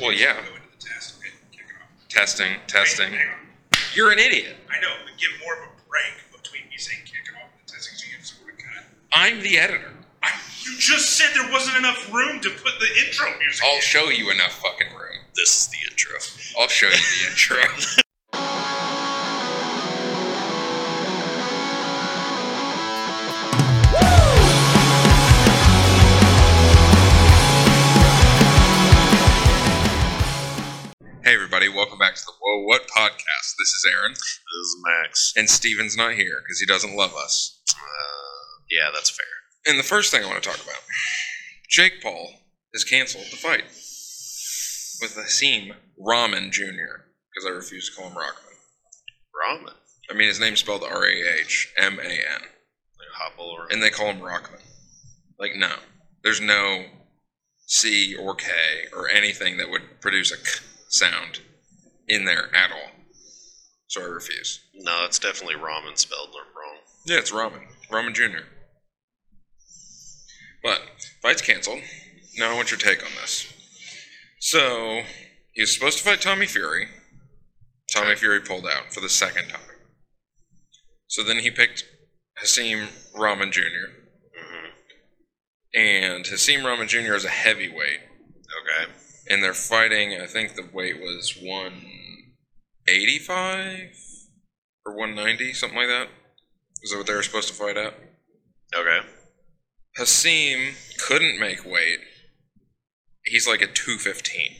Well, yeah. Go into the test, okay, kick it off. Testing, testing. Hang on. You're an idiot. I know, but give more of a break between me saying kick it off and the testing so you have some kind of I'm the editor. I, you just said there wasn't enough room to put the intro music I'll in. show you enough fucking room. This is the intro. I'll show you the intro. Hey everybody, welcome back to the Whoa What podcast. This is Aaron, This is Max. and Steven's not here because he doesn't love us. Uh, yeah, that's fair. And the first thing I want to talk about Jake Paul has canceled the fight with Haseem Rahman Jr., because I refuse to call him Rockman. Ramen. Like I mean, his name's spelled R A H M A N, hobble or and they call him Rockman. Like, no. There's no C or K or anything that would produce a K sound in there at all. So I refuse. no, it's definitely ramen spelled wrong. Yeah, it's Ramen. Ramen Jr. But fight's canceled. Now I want your take on this. So he was supposed to fight Tommy Fury. Tommy Fury pulled out for the second time. So then he picked Haseem Ramen Jr. Mm-hmm. And Haseem Ramen Jr. is a heavyweight. Okay. And they're fighting, I think the weight was 185 or 190, something like that. Is that what they were supposed to fight at? Okay. Haseem couldn't make weight. He's like at 215.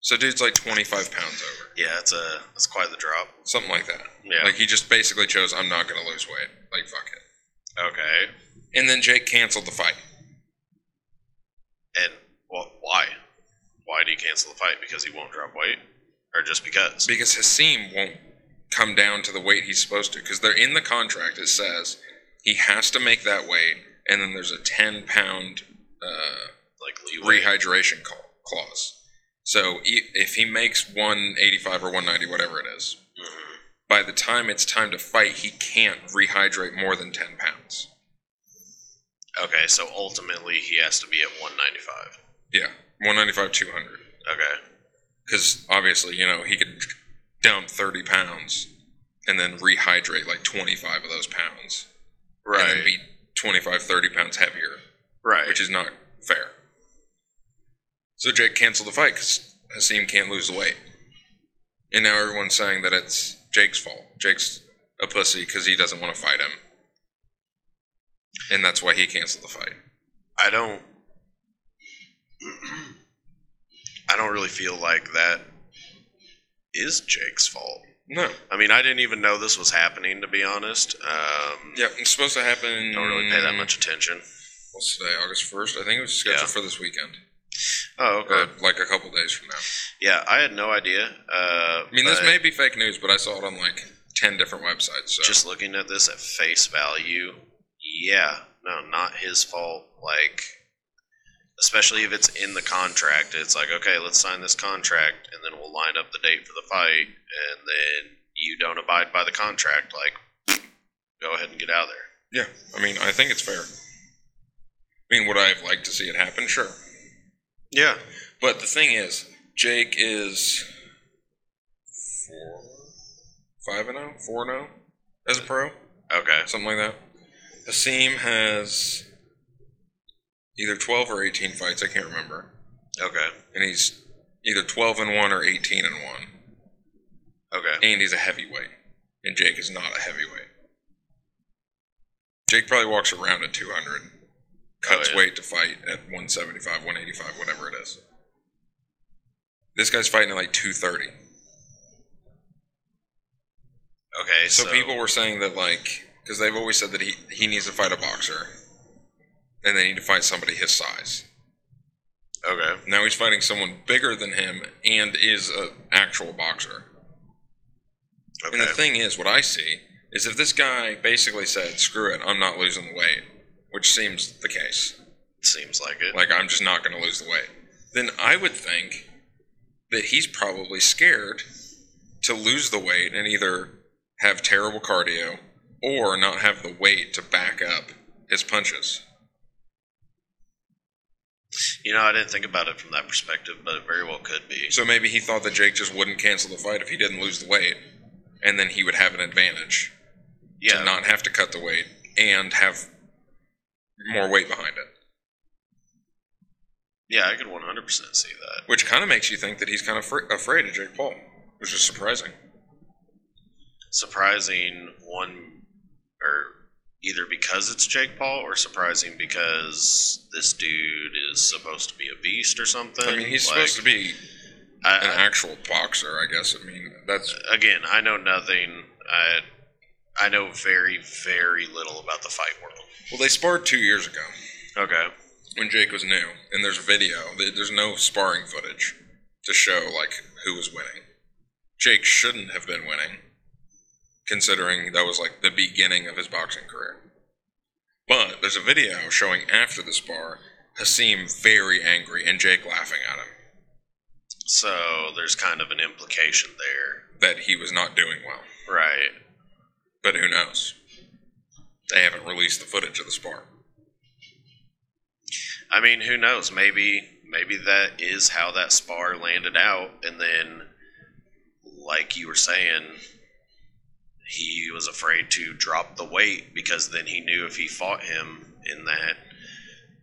So dude's like 25 pounds over. Yeah, it's a it's uh, quite the drop. Something like that. Yeah. Like he just basically chose, I'm not going to lose weight. Like, fuck it. okay. And then Jake canceled the fight. And well, why? Why do you cancel the fight? Because he won't drop weight, or just because? Because Haseem won't come down to the weight he's supposed to. Because they're in the contract, it says he has to make that weight. And then there's a 10 pound uh, like leeway. rehydration cla- clause. So e- if he makes 185 or 190, whatever it is, Mhm. by the time it's time to fight, he can't rehydrate more than 10 pounds. Okay, so ultimately he has to be at 195. Yeah, 195, 200. Okay. Because obviously, you know, he could dump 30 pounds and then rehydrate like 25 of those pounds. And then be 25, 30 pounds heavier, Right. which is not fair. So Jake canceled the fight because Haseem can't lose the weight. And now everyone's saying that it's Jake's fault. Jake's a pussy because he doesn't want to fight him. And that's why he canceled the fight. I don't. I don't really feel like that is Jake's fault. No. I mean, I didn't even know this was happening, to be honest. Um, Yeah, it's supposed to happen. Don't really pay that much attention. What's today? August first. I think it was scheduled Yeah. for this weekend, Oh, or okay. like a couple days from now. Yeah, I had no idea. Uh, I mean, this but may be fake news, but I saw it on like ten different websites. So Just looking at this at face value, yeah, no, not his fault. Like, especially if it's in the contract, it's like, okay, let's sign this contract, and then we'll line up the date for the fight, and then you don't abide by the contract, like, go ahead and get out of there. yeah, I mean, I think it's fair. I mean, would I have liked to see it happen? Sure, Yeah. but the thing is, Jake is four, five and zero, four and zero as a pro, Okay. something like that. Haseem has either twelve or eighteen fights. I can't remember. Okay. and he's either 12 and 1 or 18 and 1 Okay. and he's a heavyweight and jake is not a heavyweight jake probably walks around at 200 cuts Oh, yeah. weight to fight at 175 185 whatever it is this guy's fighting at like 230 Okay. so, So, people were saying that like because they've always said that he, he needs to fight a boxer and they need to fight somebody his size Okay. now he's fighting someone bigger than him and is an actual boxer Okay. And the thing is, what I see is if this guy basically said, screw it, I'm not losing the weight, which seems the case, Seems like it. like I'm just not going to lose the weight, then I would think that he's probably scared to lose the weight and either have terrible cardio or not have the weight to back up his punches. You know, I didn't think about it from that perspective, but it very well could be. So maybe he thought that Jake just wouldn't cancel the fight if he didn't lose the weight, and then he would have an advantage Yeah, to not have to cut the weight and have more weight behind it. yeah, I could 100% see that. Which kind of makes you think that he's kind of fr- afraid of Jake Paul, which is surprising. Surprising one, or either because it's Jake Paul, or surprising because this dude is supposed to be a beast or something. I mean, he's supposed to be I, an actual boxer, I guess. I mean, that's again, I know nothing. I I know very very little about the fight world. well, they sparred two years ago Okay. when Jake was new, and there's video. There- There's no sparring footage to show like who was winning. Jake shouldn't have been winning, considering that was like the beginning of his boxing career. But there's a video showing after the spar, Hasim very angry and Jake laughing at him So there's kind of an implication there, that he was not doing well. right? But who knows? They haven't released the footage of the spar. I mean, who knows? Maybe maybe that is how that spar landed out, and then, like you were saying, he was afraid to drop the weight because then he knew if he fought him in that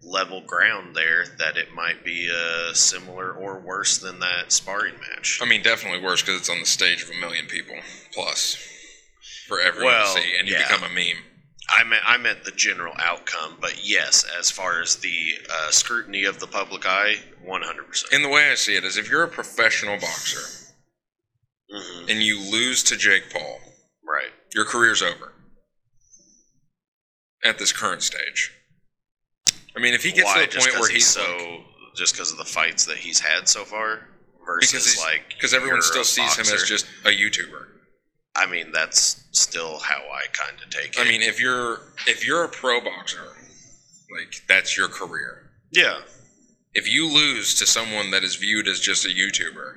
level ground there, that it might be uh, similar or worse than that sparring match. I mean, definitely worse because it's on the stage of a million people plus for everyone Well, to see, and you yeah. become a meme. I meant I meant the general outcome, but yes, as far as the uh, scrutiny of the public eye, one hundred percent. And the way I see it is, if you're a professional boxer and you lose to Jake Paul, Mm-hmm. Right. your career's over at this current stage. I mean, if he gets Why? to the Just point 'cause where he's, so so just because of the fights that he's had so far versus because he's, like because everyone you're still a sees him as boxer. just a YouTuber. I mean, that's still how I kind of take it. I mean, if you're if you're a pro boxer, like that's your career. yeah, If you lose to someone that is viewed as just a YouTuber,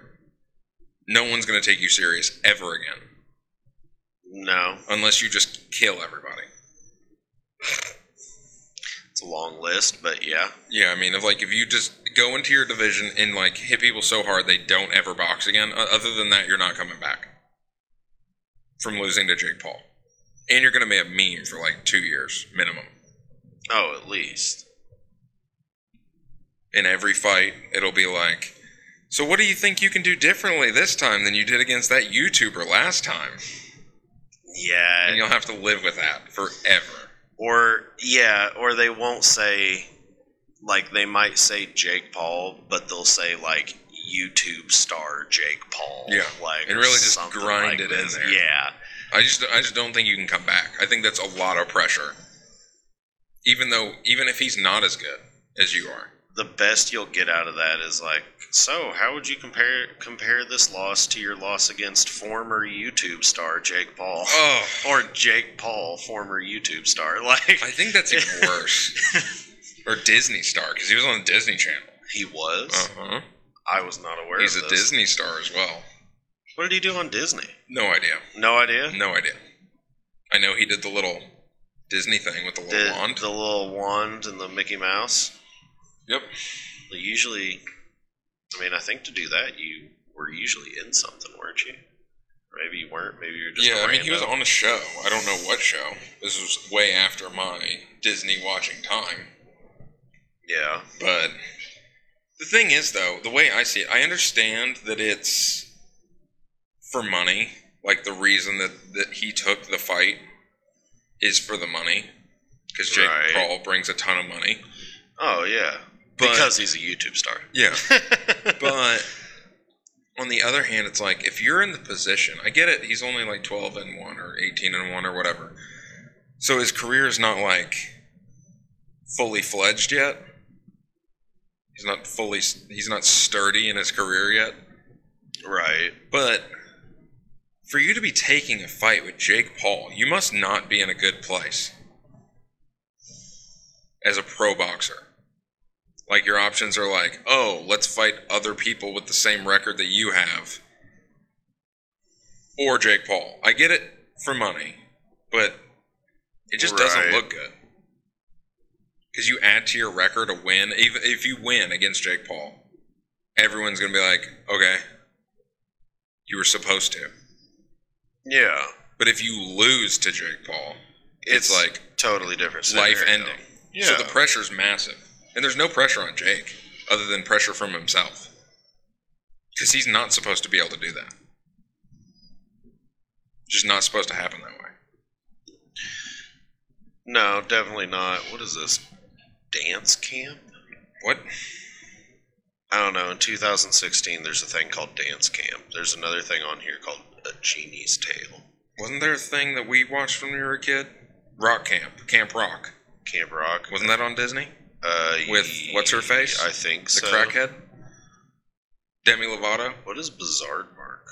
no one's going to take you serious ever again, no, unless you just kill everybody. it's a long list, but yeah, Yeah, I mean, if like if you just go into your division and like hit people so hard they don't ever box again. o- Other than that, you're not coming back from losing to Jake Paul, and you're going to be a meme for like two years minimum. oh, at least in every fight, it'll be like, so what do you think you can do differently this time than you did against that YouTuber last time? yeah, And you'll have to live with that forever. or yeah, or they won't say like they might say Jake Paul, but they'll say like YouTube star Jake Paul, Yeah, like and or really just something grind like it in this. there. yeah, I just, I just don't think you can come back. I think that's a lot of pressure. Even though, even if he's not as good as you are, the best you'll get out of that is like, so how would you compare compare this loss to your loss against former YouTube star Jake Paul oh, or Jake Paul, former YouTube star? Like I think that's even worse. or Disney star, because he was on the Disney Channel. he was. Uh huh. I was not aware. He's of a this. Disney star as well. What did he do on Disney? No idea. No idea. No idea. I know he did the little Disney thing with the little Did wand. the little wand and the Mickey Mouse? Yep. They Usually, I mean, I think to do that you were usually in something, weren't you? Or Maybe you weren't. Maybe you're just yeah, A I mean, he was rando. on a show. I don't know what show. This was way after my Disney watching time. Yeah. But the thing is, though, the way I see it, I understand that it's for money. Like, the reason that, that he took the fight is for the money. Because Jake Right. Paul brings a ton of money. Oh yeah. But- because he's a YouTube star. Yeah. but on the other hand, it's like if you're in the position, I get it. He's only like 12 and one or 18 and one or whatever. So his career is not like fully fledged yet. He's not fully. He's not sturdy in his career yet. Right. But for you to be taking a fight with Jake Paul, you must not be in a good place as a pro boxer. Like your options are like, oh, let's fight other people with the same record that you have, or Jake Paul. I get it for money, but it just doesn't Right. look good. because you add to your record a win. If if you win against Jake Paul, everyone's gonna be like, okay, you were supposed to. Yeah, But if you lose to Jake Paul, it's, like totally different. life scenario. ending. Yeah. So the pressure's massive, and there's no pressure on Jake other than pressure from himself, because he's not supposed to be able to do that. Just not supposed to happen that way. no, definitely not. What is this? Dance camp? What? I don't know. In 2016, there's a thing called dance camp. There's another thing on here called a genie's tale. Wasn't there a thing that we watched when we were a kid? Rock Camp, Camp Rock. Camp Rock. Wasn't that on Disney? Uh, With ye- what's-her-face? I think The so. crackhead? Demi Lovato? What is Bizarre Mark?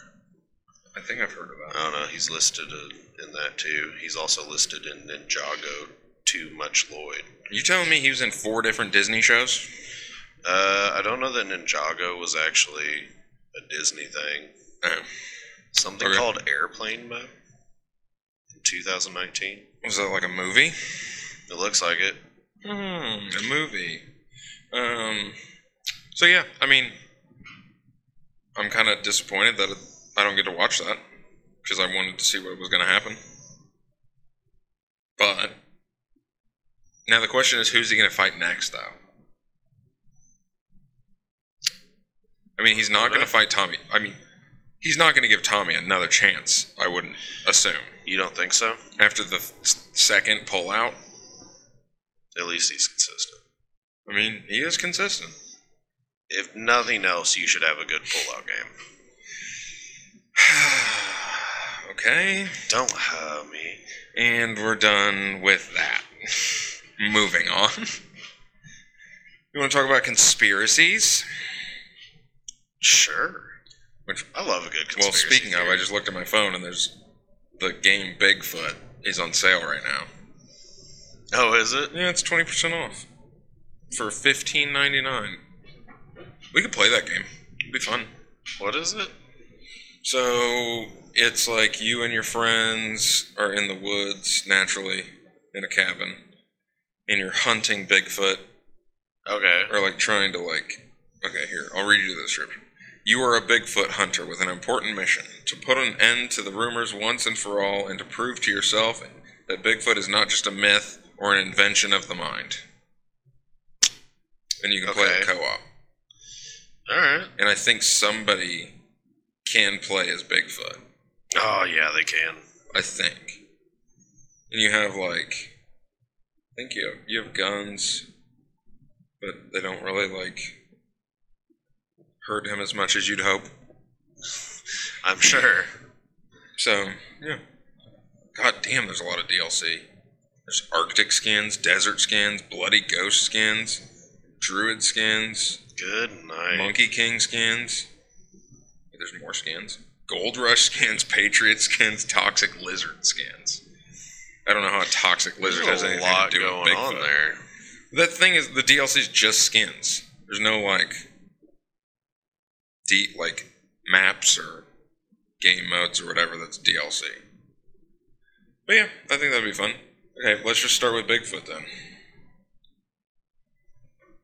I think I've heard of I that. don't know. He's listed in, in that too. He's also listed in Ninjago. Too much Lloyd. You telling me he was in four different Disney shows? Uh, I don't know that Ninjago was actually a Disney thing. Oh. Something Okay. called Airplane Mode in 2019. Was that like a movie? It looks like it. Hmm, a movie. Um, so yeah, I mean, I'm kind of disappointed that it, I don't get to watch that because I wanted to see what was going to happen. But now the question is, who's he going to fight next, though? I mean, he's not going to fight Tommy. I mean, he's not going to give Tommy another chance. I wouldn't assume You don't think so? after the s- second pullout. At least he's consistent. I mean, he is consistent. If nothing else, you should have a good pullout game. okay. Don't hurt me. And we're done with that. Moving on. You want to talk about conspiracies? Sure. Which, I love a good conspiracy. well, speaking of, theory. I just looked at my phone and there's the game Bigfoot is on sale right now. Oh, is it? Yeah, it's 20% off for 15.99. We could play that game. It'd be fun. What is it? So it's like you and your friends are in the woods naturally in a cabin, and you're hunting Bigfoot, Okay. or like trying to like. Okay, here I'll read you the description. You are a Bigfoot hunter with an important mission to put an end to the rumors once and for all, and to prove to yourself that Bigfoot is not just a myth or an invention of the mind. And you can play Okay. it co-op. All right. And I think somebody can play as Bigfoot. Oh yeah, they can. I think. And you have like, I think you have, you have guns, but they don't really like hurt him as much as you'd hope. I'm sure. So yeah, god damn, there's a lot of DLC. There's Arctic skins, desert skins, bloody ghost skins, druid skins, Good night. monkey king skins. There's more skins. Gold rush skins, patriot skins, toxic lizard skins. I don't know how a toxic There's lizard has a anything lot to do going with Bigfoot. on there. That thing is the DLC is just skins. There's no like deep like maps or game modes or whatever that's DLC. But yeah, I think that'd be fun. Okay, let's just start with Bigfoot then.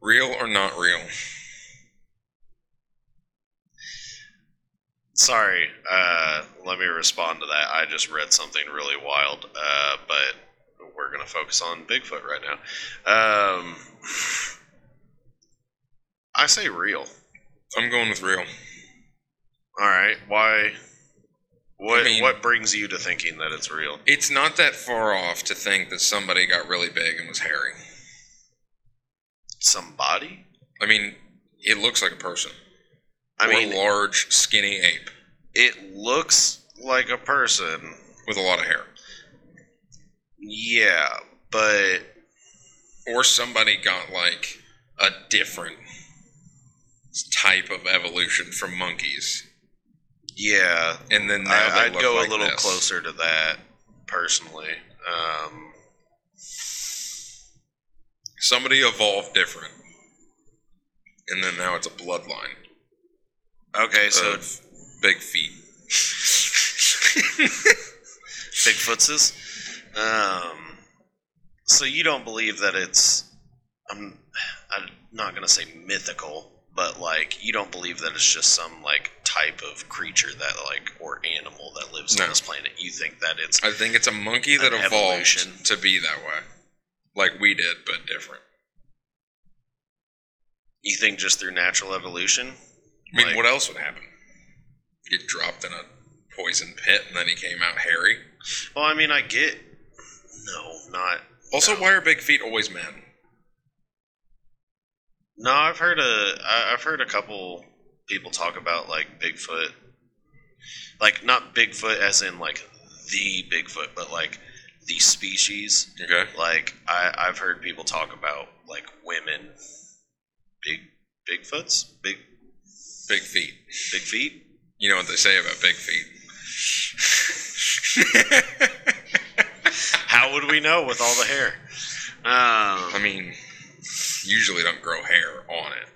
Real or not real? Sorry, uh, let me respond to that. I just read something really wild, uh, but we're going to focus on Bigfoot right now. Um, I say real. I'm going with real. All right, why? What I mean- what brings you to thinking that it's real? It's not that far off to think that somebody got really big and was hairy. Somebody? I mean, it looks like a person. I or mean, a large, skinny ape it looks like a person. with a lot of hair. Yeah, but Or somebody got like a different type of evolution from monkeys. yeah, And then now I, they I'd look go like a little this. closer to that personally. Um, Somebody evolved different. And then now it's a bloodline okay, so of big feet. Bigfootses. Um, so you don't believe that it's I'm I'm not gonna say mythical, but like you don't believe that it's just some like type of creature that like or animal that lives No. on this planet. You think that it's I think it's a monkey that An evolved evolution. to be that way, like we did, but different. you think just through natural evolution? I mean, Like- what else would happen? Get dropped in a poison pit, and then he came out hairy. Well, I mean, I get no, not Also, No. why are big feet always men? no. I've heard a I, I've heard a couple people talk about like Bigfoot, like not Bigfoot as in like the Bigfoot, but like the species. Okay. like I, I've heard people talk about like women big bigfoots big Big feet. big feet You know what they say about big feet. how would we know with all the hair I um, mean, usually don't grow hair on it.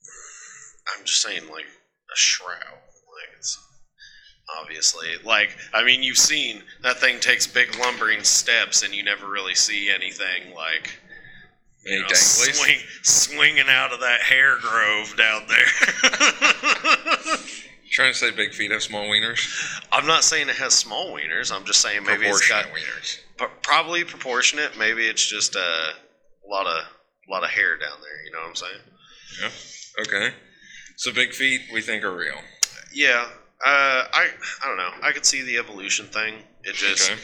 I'm just saying like a shroud like it's obviously like I mean you've seen that thing takes big lumbering steps and you never really see anything like Any you know, danglies? swing, swinging out of that hair grove down there Trying to say big feet have small wieners? I'm not saying it has small wieners I'm just saying maybe it's got Proportionate wieners. P- probably proportionate. Maybe it's just uh, a lot of a lot of hair down there. You know what I'm saying? Yeah. Okay. So big feet we think are real. Yeah. Uh, I I don't know. I could see the evolution thing. It just Okay.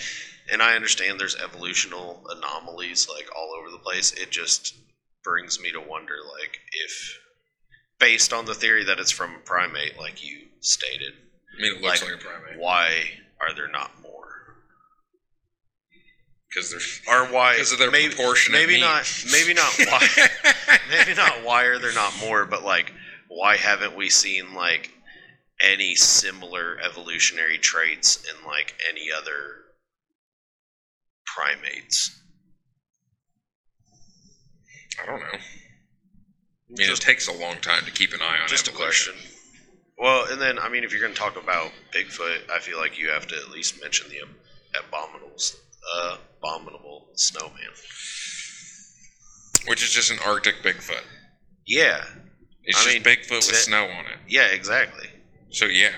and I understand there's evolutional anomalies like all over the place. It just brings me to wonder like if based on the theory that it's from a primate, like you stated, I mean, it looks like, Like- a primate why are there not more? because they're Or why? 'Cause of their maybe, proportionate Maybe meat. not. Maybe not. Why? maybe not why are there not more but like why haven't we seen like any similar evolutionary traits in like any other primates I don't know. I mean, it takes a long time to keep an eye on just a evolution. question well and then i mean if you're going to talk about bigfoot i feel like you have to at least mention the ab- abominables abominable snowman which is just an Arctic Bigfoot. yeah It's I just mean, Bigfoot with that- snow on it. yeah exactly So yeah,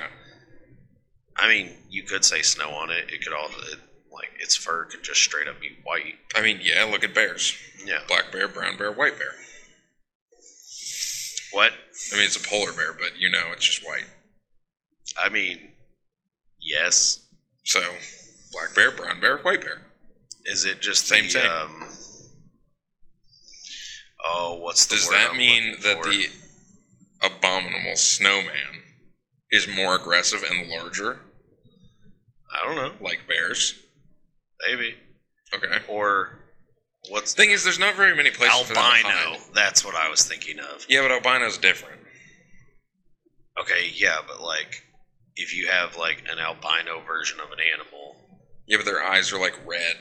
i mean you could say snow on it it could all it, like its fur could just straight up be white I mean, yeah. Look at bears: yeah black bear, brown bear, white bear. what I mean, it's a polar bear, but you know, it's just white. I mean, yes. So, black bear, brown bear, white bear. Is it just Same the, thing. Um, oh, what's the Does word that I'm mean looking that for? the abominable snowman is more aggressive and larger, I don't know, like bears? maybe Okay. or what's Thing is, there's not very many places for them to albino? hide. That's what I was thinking of. Yeah, but albino's different. Okay, yeah, but like if you have like an albino version of an animal, Yeah, but their eyes are like red.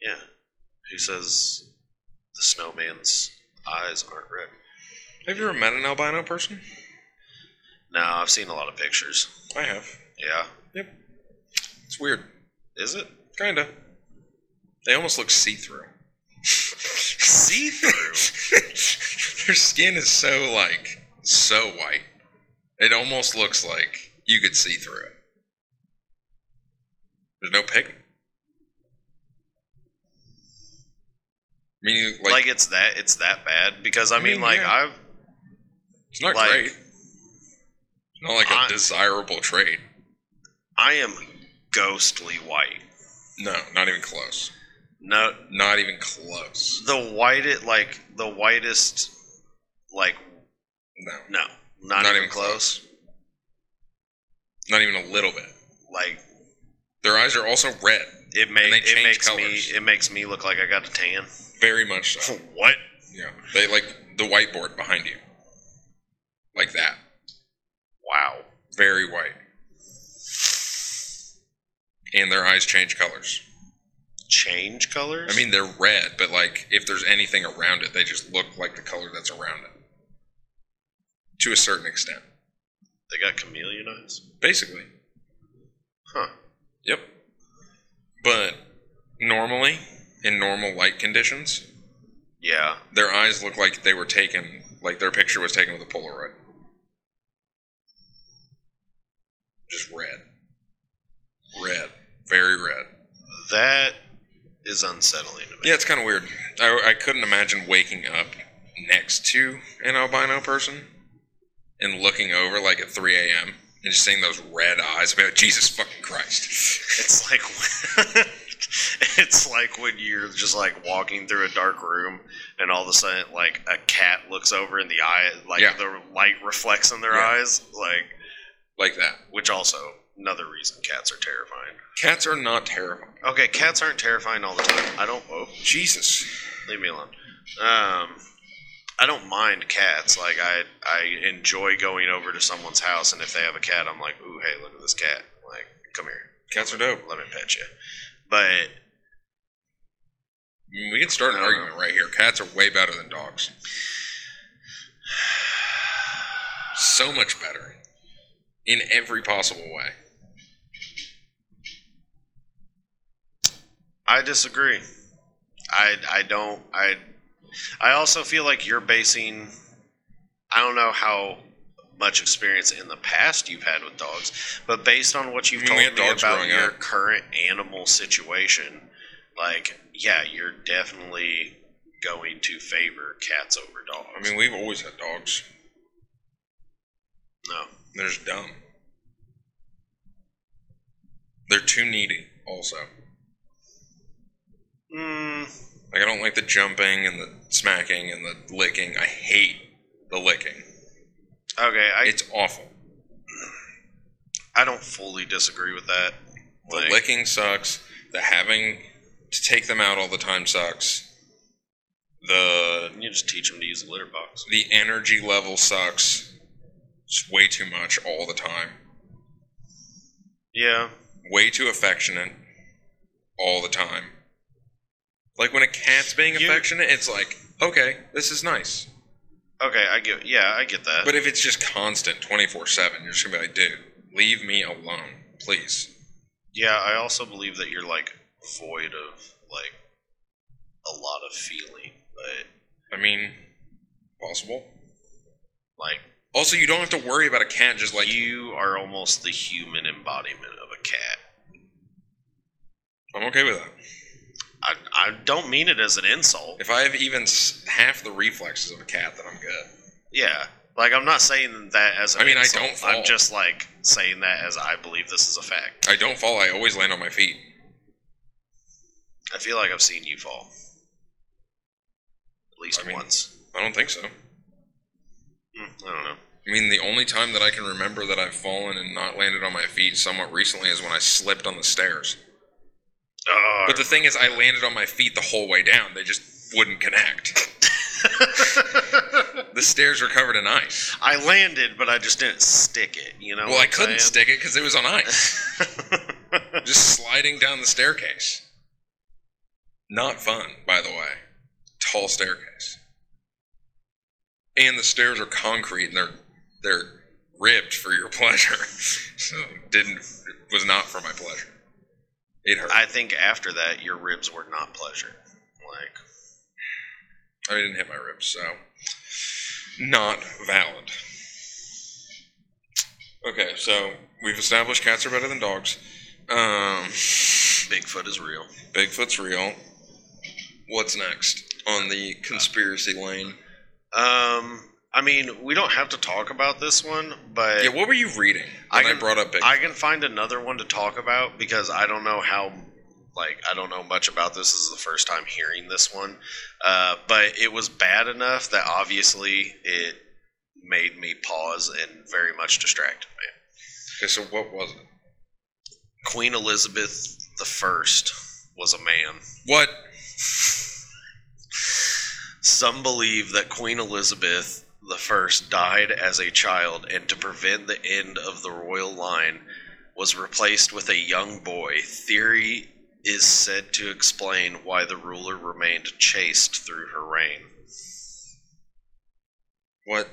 yeah, who says the snowman's eyes aren't red? Have you ever met an albino person? No, I've seen a lot of pictures. I have. Yeah, Yep. It's weird. is it Kinda. They almost look see through. see through? Their skin is so like so white. It almost looks like you could see through it. There's no pigment. I mean, like, like, it's that it's that bad because I, I mean, mean, like yeah. I've it's not like- great. It's not like a I- desirable trait. I am ghostly white. No, not even close. No, Not even close. the whitest like the whitest like No, no, not, even, close. Not even a little bit. Like Their eyes are also red, it And they makes it change makes colors. me it makes me look like I got a tan. very much so. what? Yeah, they like the whiteboard behind you, like that. Wow. very white. And their eyes change colors. Change colors? I mean, they're red, but like if there's anything around it, they just look like the color that's around it. To a certain extent. they got chameleon eyes. Basically. Huh. Yep. But normally, in normal light conditions, Yeah. Their eyes look like they were taken, like their picture was taken with a Polaroid. Just red. Red. Very red. That is unsettling to me. Yeah, it's kind of weird. I, I couldn't imagine waking up next to an albino person and looking over like at 3 a.m. and just seeing those red eyes. About Jesus fucking Christ. It's like when- it's like when you're just like walking through a dark room and all of a sudden like a cat looks over in the eye like Yeah. the light reflects in their Yeah. eyes like like that. which also another reason cats are terrifying. Cats are not terrifying. Okay, cats aren't terrifying all the time. I don't oh, Jesus. leave me alone. Um, I don't mind cats. Like I, I enjoy going over to someone's house, and if they have a cat, I'm like, ooh, hey, look at this cat. Like, come here, Cats are dope. let me pet you. But I mean, We can start an argument right here. Cats are way better than dogs. So much better. In every possible way. I disagree. I, I don't. I, I also feel like you're basing. I don't know how much experience in the past you've had with dogs, but based on what you've I mean, we told had me dogs about growing your up. current animal situation, like yeah, you're definitely going to favor cats over dogs. I mean, we've always had dogs. no, They're just dumb. They're too needy, also. mm, Like, I don't like the jumping and the smacking and the licking. I hate the licking. okay, I It's awful. I don't fully disagree with that. The Like, licking sucks. The having to take them out all the time sucks. The you just teach them to use a litter box. the energy level sucks. It's way too much all the time. Yeah, Way too affectionate all the time. Like when a cat's being You- affectionate, it's like, okay, this is nice. okay, I get. Yeah, I get that. But if it's just constant 24 7, you're just going to be like, dude, leave me alone, please. Yeah, I also believe that you're like void of like a lot of feeling, but I mean, possible. like Also, you don't have to worry about a cat just like, you are almost the human embodiment of a cat. I'm okay with that. I, I don't mean it as an insult. If I have even s- half the reflexes of a cat, then I'm good. Yeah. Like I'm not saying that as an I mean, I insult. don't I'm fault. just like saying that as I believe this is a fact. I don't fall, I always land on my feet. I feel like I've seen you fall. At least I mean- once. I don't think so. I Mm, I don't know. mean, the only time that I can remember that I've fallen and not landed on my feet somewhat recently is when I slipped on the stairs. Oh, But the thing is, I landed on my feet the whole way down. They just wouldn't connect. The stairs were covered in ice. I landed, but I just didn't stick it. You know. Well, what I I'm couldn't saying? stick it because it was on ice. Just sliding down the staircase. Not fun, by the way. Tall staircase. And the stairs are concrete and they're they're ribbed for your pleasure. so it didn't it was not for my pleasure. It hurt. I, I think after that, your ribs were not pleasure. Like, didn't hit my ribs, so not valid. Okay, so we've established cats are better than dogs. Um Bigfoot is real. Bigfoot's real. What's next on the conspiracy lane? Um, I mean, we don't have to talk about this one, but Yeah, what were you reading I when I, can- brought up Bigfoot? I can find another one to talk about because I don't know how. Like, I don't know much about this. This is the first time hearing this one, uh, but it was bad enough that obviously it made me pause and very much distracted me. okay, so what was it? Queen Elizabeth the First was a man. What? Some believe that Queen Elizabeth I died as a child and to prevent the end of the royal line was replaced with a young boy. Theory is said to explain why the ruler remained chaste through her reign. What?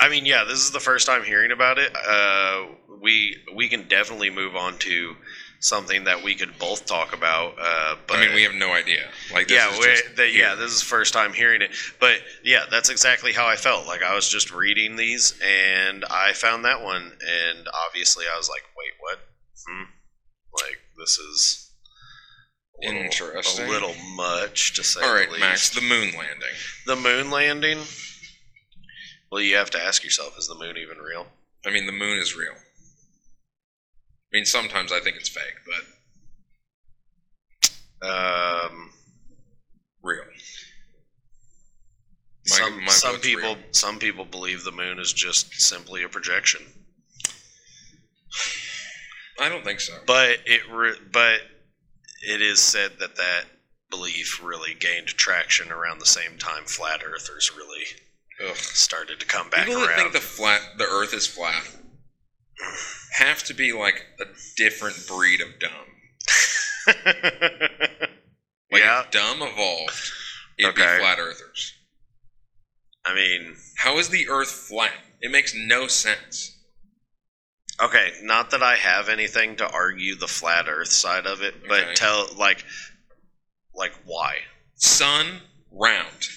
I mean, yeah, this is the first time hearing about it. Uh, we we can definitely move on to something that we could both talk about. Uh, but I mean, we have no idea. Like, this yeah, is we're- just the, yeah, here. this is the first time hearing it. But yeah, that's exactly how I felt. Like I was just reading these, and I found that one, and obviously I was like, "Wait, what? Hmm? Like this is a little- Interesting. A little much to say All right, the least. Max, the moon landing. The moon landing. Well, you have to ask yourself: Is the moon even real? I mean, the moon is real. I mean, sometimes I think it's fake, but Um, real. My- some my some vote's people real. some people believe the moon is just simply a projection. I don't think so. but it re- but it is said that that belief really gained traction around the same time flat earthers really Ugh. started to come back people around that think the flat, the Earth is flat, have to be like a different breed of dumb. Like yeah if dumb evolved, it'd Okay. be flat Earthers. i mean How is the Earth flat? It makes no sense. okay not that i have anything to argue the flat earth side of it but Okay. tell like like why Sun round,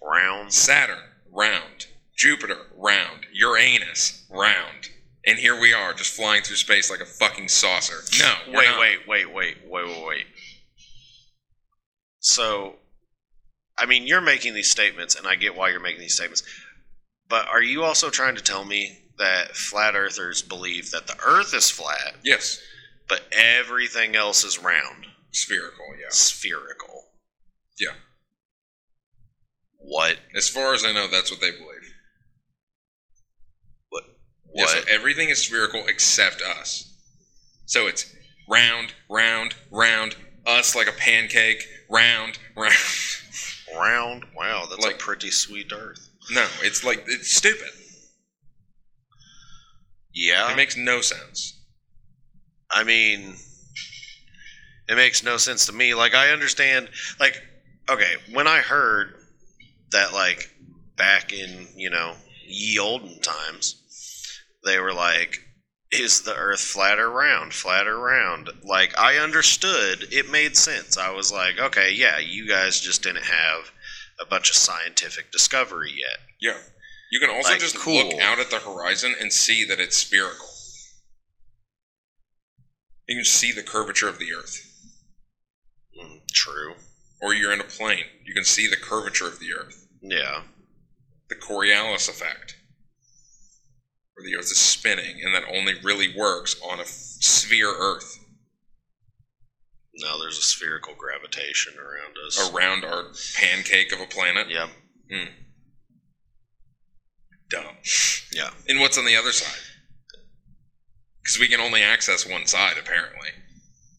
rounds Saturn round, Jupiter round, Uranus round, and here we are just flying through space like a fucking saucer. No, wait we're not. wait wait wait wait wait wait so i mean you're making these statements and i get why you're making these statements but are you also trying to tell me that flat earthers believe that the earth is flat Yes, but everything else is round spherical. Yeah. spherical Yeah. what As far as I know, that's what they believe. what Yeah, what so everything is spherical except us. So it's round, round, round, us like a pancake, round, round. round wow that's Like- a pretty sweet earth No, it's like, it's stupid. yeah Uh-huh. It makes no sense. I mean, it makes no sense to me. Like, I understand, like, okay, when I heard that, like, back in, you know, ye olden times, they were like, is the earth flat or round? Flat or round? Like, I understood. It made sense. I was like, okay, yeah, you guys just didn't have a bunch of scientific discovery yet. Yeah. You can also Like, just cool. look out at the horizon and see that it's spherical. You can see the curvature of the earth. Mm, True. Or you're in a plane, you can see the curvature of the earth. Yeah. the Coriolis effect, where the Earth is spinning, and that only really works on a f- sphere Earth Now there's a spherical gravitation around us. around our pancake of a planet. Yep. Hmm. Dumb. Yeah. And what's on the other side? Because we can only access one side, apparently.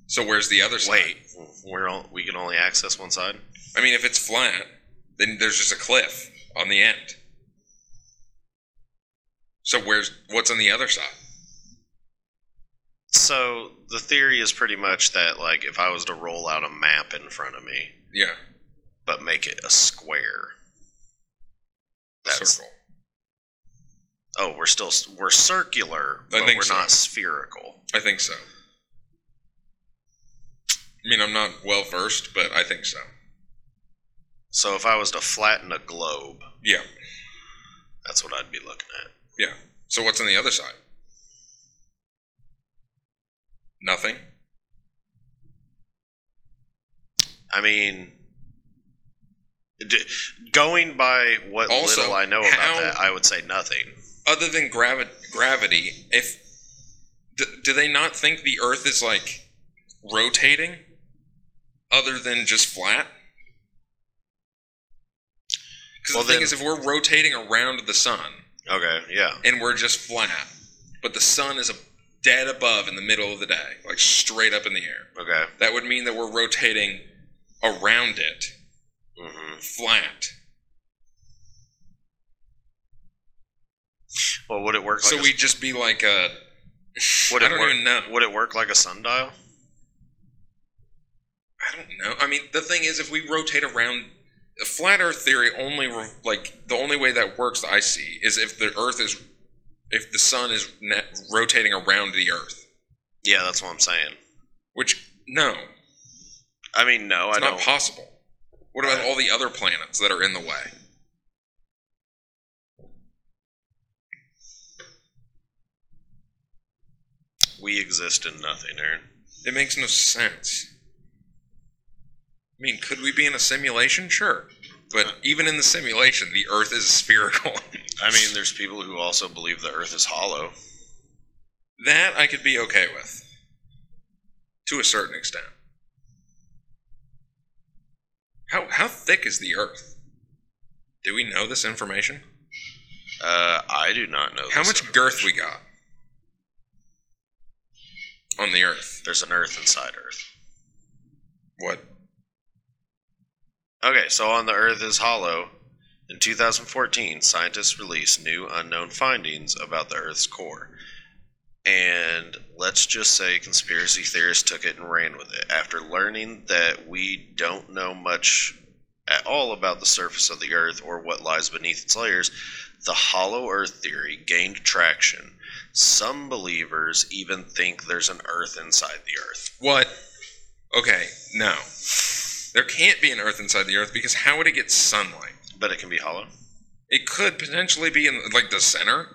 So where's the other side? Wait, we're on, we can only access one side. I mean, if it's flat, then there's just a cliff on the end. So where's what's on the other side? So the theory is pretty much that, like, if I was to roll out a map in front of me, Yeah, but make it a square. That's circle. oh, we're still s- we're circular, but think we're so. not spherical. I think so. I mean, I'm not well versed, but I think so. So if I was to flatten a globe, Yeah, that's what I'd be looking at. yeah. So what's on the other side? Nothing. I mean, d- going by what Also, little I know how- about that, I would say nothing. Other than gravi- gravity, if d- do they not think the Earth is like rotating, other than just flat? Because Well, the thing then- is, if we're rotating around the sun Okay, yeah. and we're just flat, but the sun is a- dead above in the middle of the day, like straight up in the air. Okay. That would mean that we're rotating around it, hmm flat. Well, would it work? so like a we'd just be like a. Would I it don't work? even know. Would it work like a sundial? I don't know. I mean, the thing is, if we rotate around, the flat Earth theory only re- like the only way that works that I see is if the Earth is, if the sun is ne- rotating around the Earth, Yeah, that's what I'm saying. Which no, I mean, no, I it's not don't. possible. What about all the other planets that are in the way? we exist in nothing, Aaron. It makes no sense. I mean, could we be in a simulation? Sure. Uh. But even in the simulation, the Earth is spherical. I mean, there's people who also believe the Earth is hollow. that I could be okay with. To a certain extent. How, how thick is the Earth? Do we know this information? Uh, I do not know. How this much information. girth we got on the Earth? There's an Earth inside Earth. What? Okay, so on the Earth is hollow. In 2014, scientists released new unknown findings about the Earth's core. And let's just say conspiracy theorists took it and ran with it. After learning that we don't know much at all about the surface of the Earth or what lies beneath its layers, the hollow Earth theory gained traction. Some believers even think there's an Earth inside the Earth. What? Okay, no. There can't be an Earth inside the Earth because how would it get sunlight? But it can be hollow. It could potentially be in like the center.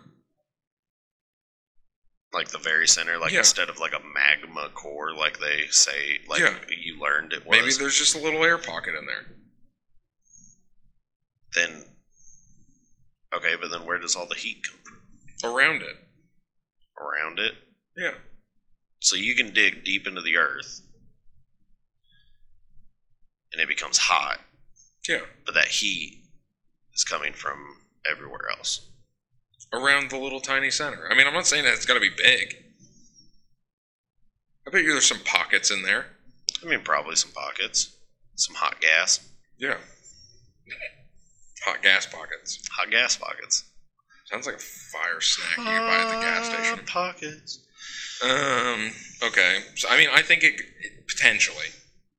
like the very center, like Yeah. instead of like a magma core, like they say, like Yeah. you learned it was. Maybe there's just a little air pocket in there. then, okay, but then where does all the heat come from? Around it. Around it, Yeah. so you can dig deep into the earth, and it becomes hot, Yeah. but that heat is coming from everywhere else. Around the little tiny center. I mean, I'm not saying that it's got to be big. I bet you there's some pockets in there. I mean, probably some pockets, some hot gas, Yeah. Hot gas pockets. hot gas pockets. Sounds like a fire snack you could buy at the gas station. Hot Pockets. Um. Okay. So I mean, I think it, it potentially,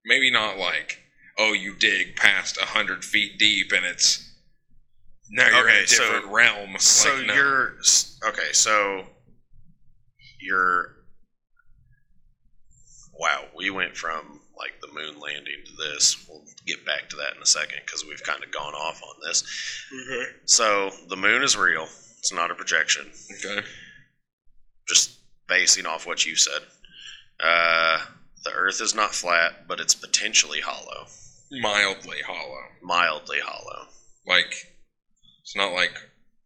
maybe not like, oh, you dig past a hundred feet deep and it's now you're in a Okay, so- different realm. So like, no. you're s- okay. So you're wow. We went from like the moon landing to this. We'll get back to that in a second because we've kind of gone off on this. Mm-hmm. So the moon is real. It's not a projection. okay. Just basing off what you said. Uh, the Earth is not flat, but it's potentially hollow, Mildly hollow. mildly hollow. Like it's not like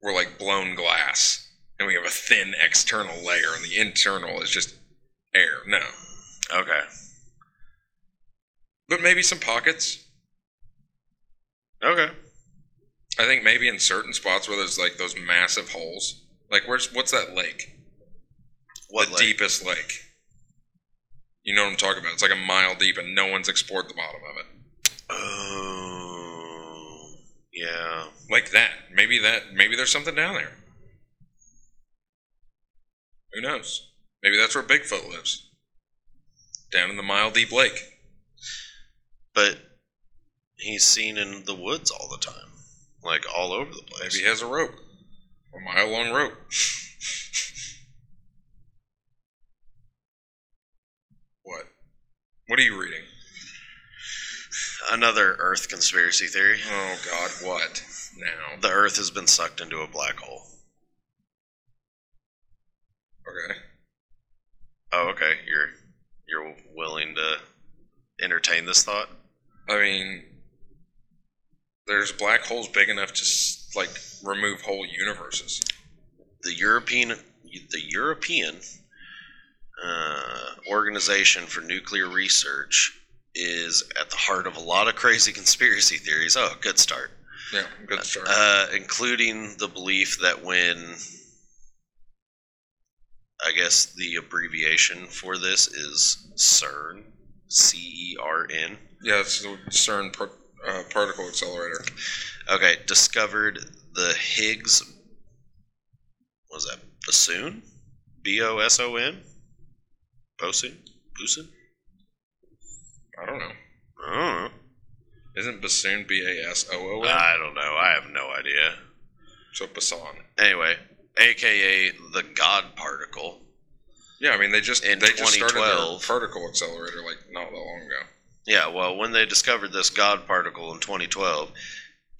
we're like blown glass and we have a thin external layer and the internal is just air. No, Okay. but maybe some pockets. Okay. I think maybe in certain spots where there's like those massive holes. Like where's what's that lake? What the lake? deepest lake. You know what I'm talking about. It's like a mile deep, and no one's explored the bottom of it. Oh, yeah. Like that. Maybe that. Maybe there's something down there. Who knows? Maybe that's where Bigfoot lives. Down in the mile deep lake. but he's seen in the woods all the time, like all over the place. Maybe he has a rope, a mile long rope. what? What are you reading? Another Earth conspiracy theory: Oh God, what now? the Earth has been sucked into a black hole. Okay. Oh, okay. You're you're willing to entertain this thought? I mean, there's black holes big enough to s- like remove whole universes. The European the European uh, Organization for Nuclear Research is at the heart of a lot of crazy conspiracy theories. Oh, good start. Yeah, good start. Uh, including the belief that when, I guess the abbreviation for this is CERN, C E R N. yeah, it's the CERN par- uh, particle accelerator. Okay, discovered the Higgs. What was that Boson? B O S O N. Boson. Boson. I don't know. I don't know. Isn't bassoon B A S O O N? I don't know. I have no idea. So Basson. Anyway, aka the God particle, Yeah, I mean they just In they just started their 2012. particle accelerator like not that long ago. Yeah, well, when they discovered this God particle in 2012,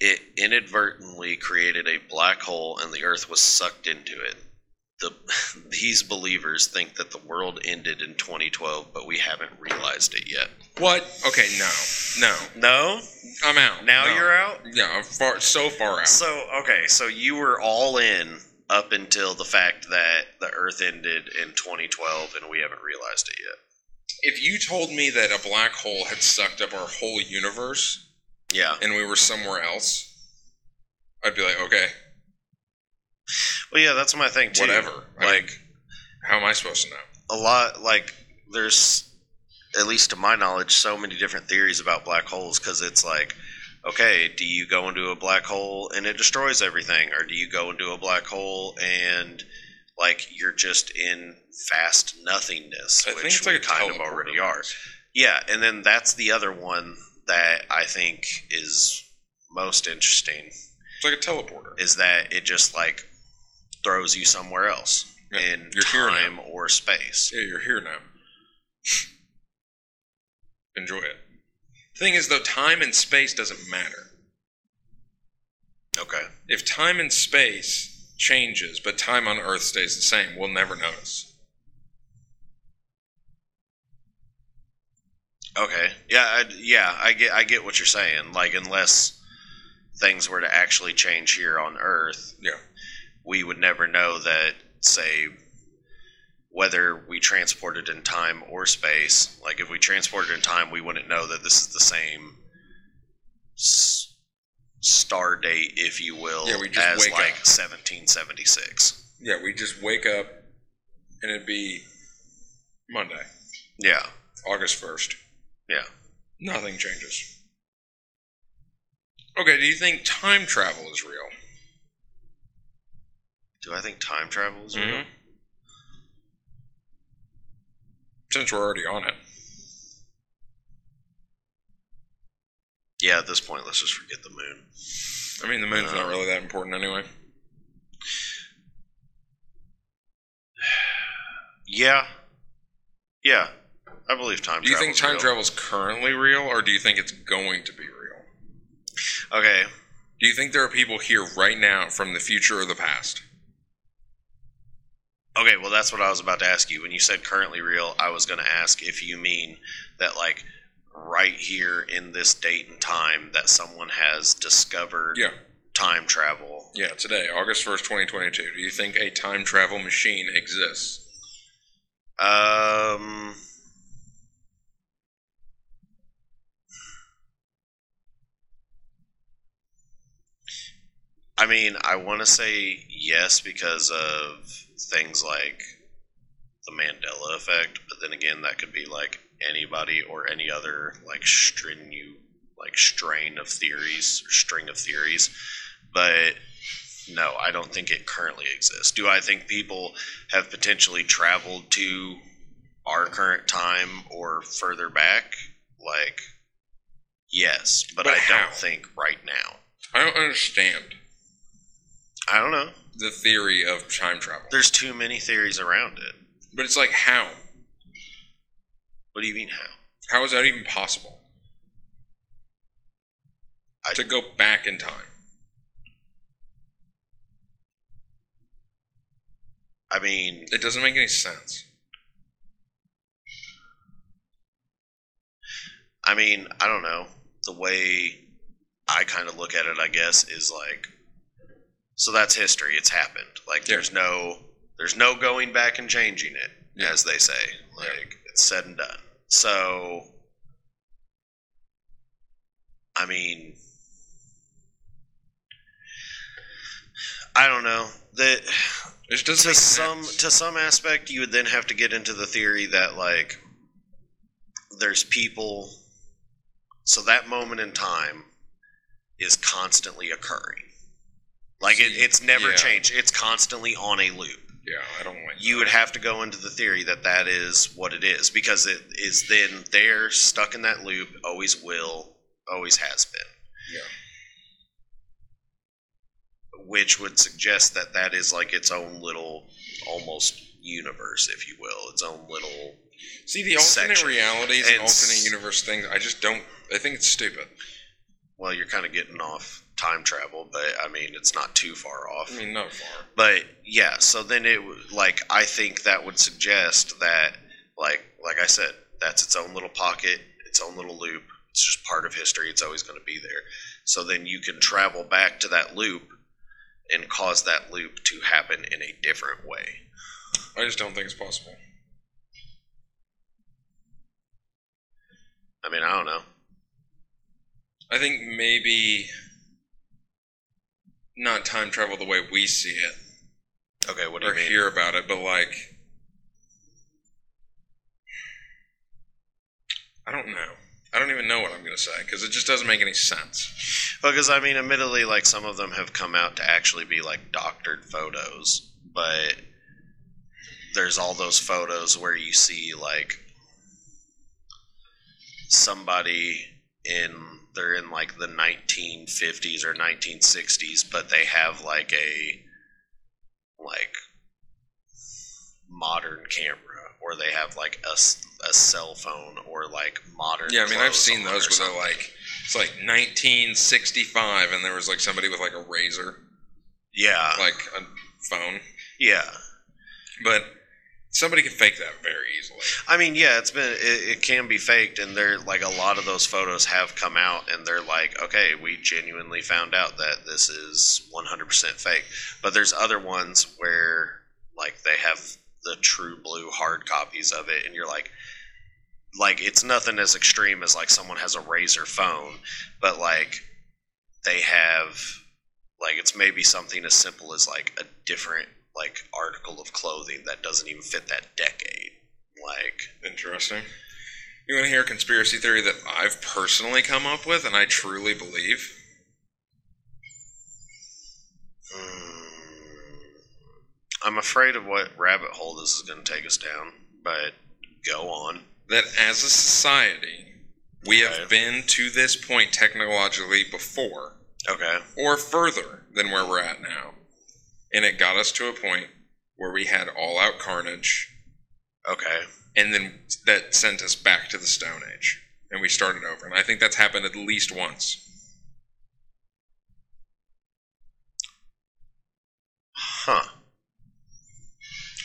it inadvertently created a black hole and the Earth was sucked into it. The, these believers think that the world ended in 2012, but we haven't realized it yet. What? Okay, no, no, No? I'm out. Now No. you're out? Yeah, I'm far so far out. So, okay, so you were all in up until the fact that the Earth ended in 2012 and we haven't realized it If you told me that a black hole had sucked up our whole universe yet. Yeah. and we were somewhere else, I'd be like, okay, Well, yeah, that's my thing, too. whatever. I mean, Like, how am I supposed to know? a lot like there's at least to my knowledge so many different theories about black holes because it's like okay do you go into a black hole and it destroys everything or do you go into a black hole and like you're just in vast nothingness I which think it's we like a kind of teleporter already are yeah and then that's the other one that i think is most interesting It's like a teleporter. is that it just like throws you somewhere else Yeah, in you're here now. time or space Yeah, you're here now. Enjoy it. Thing is, though, time and space doesn't matter. okay If time and space changes, but time on Earth stays the same, we'll never notice. Okay. Yeah. I, yeah. I get. I get what you're saying. Like, unless things were to actually change here on Earth, Yeah. we would never know that. Say, whether we transported in time or space. Like, if we transported in time, we wouldn't know that this is the same s- star date, if you will, Yeah, we just as wake like up. 1776. Yeah, we just wake up and it'd be Monday, Yeah. August 1st. Yeah. Nothing changes. Okay, do you think time travel is real? Do I think time travel Mm-hmm. is real? Since we're already on it. Yeah. At this point, let's just forget the moon. I mean, the moon's not Uh, really that important anyway. Yeah. Yeah. I believe time travel. Do you think time travel is currently real, or do you think it's going to be real? Okay. Do you think there are people here right now from the future or the past? Okay, well that's what I was about to ask you. When you said currently real, I was going to ask if you mean that like right here in this date and time that someone has discovered Yeah. time travel. Yeah, today, August 1st, 2022. Do you think a time travel machine exists? Um I mean, I want to say yes because of things like the Mandela effect, but then again, that could be like anybody or any other like strenu like strain of theories, string of theories. But no, I don't think it currently exists. Do I think people have potentially traveled to our current time or further back? Like, yes, but, But I how? don't think right now. I don't understand I don't know. the theory of time travel. There's too many theories around it. But it's like, how? What do you mean how? How is that even possible? I- to go back in time. I mean, It doesn't make any sense. I mean, I don't know. The way I kind of look at it, I guess, is like so that's history. It's happened. Like Yeah. there's no there's no going back and changing it, Yeah. as they say. Like it's said and done. So I mean I don't know. That It just doesn't to make some sense. to some aspect you would then have to get into the theory that like there's people so that moment in time is constantly occurring like it, See, it's never yeah. changed it's constantly on a loop yeah, I don't like you would have to go into the theory that that is what it is because it is then they're stuck in that loop always will always has been Yeah. which would suggest that that is like its own little almost universe, if you will, its own little. See the alternate section. realities and It's- alternate universe things. I just don't. I think it's stupid. Well, you're kind of getting off time travel, but I mean, it's not too far off. I mean, not far. But yeah, so then it w- like I think that would suggest that like like I said, that's its own little pocket, its own little loop. It's just part of history. It's always going to be there. So then you can travel back to that loop and cause that loop to happen in a different way. I just don't think it's possible. I mean, I don't know. I think maybe not time travel the way we see it Okay, what do or you mean? hear about it, but like I don't know. I don't even know what I'm gonna say because it just doesn't make any sense. Because I mean, admittedly, like some of them have come out to actually be like doctored photos, but there's all those photos where you see like somebody in they're in like the 1950s or 1960s, but they have like a like modern camera or they have like a, s- a cell phone or like modern Yeah, I mean I've clothes seen on or those where something. they're like it's like 1965 and there was like somebody with like a razor, yeah like a phone, yeah but somebody could fake that very easily. I mean, yeah, it's been it, it can be faked, and they're like a lot of those photos have come out, and they're like, okay, we genuinely found out that this is 100% fake. But there's other ones where like they have the true blue hard copies of it, and you're like, like it's nothing as extreme as like someone has a razor phone, but like they have like it's maybe something as simple as like a different like article of clothing that doesn't even fit that decade like Interesting. You want to hear a conspiracy theory that I've personally come up with and I truly believe? mm, i'm afraid of what rabbit hole this is going to take us down but go on That as a society, we have Okay. been to this point technologically before okay or further than where we're at now. And it got us to a point where we had all out carnage okay and then that sent us back to the Stone Age and we started over. And I think that's happened at least once. huh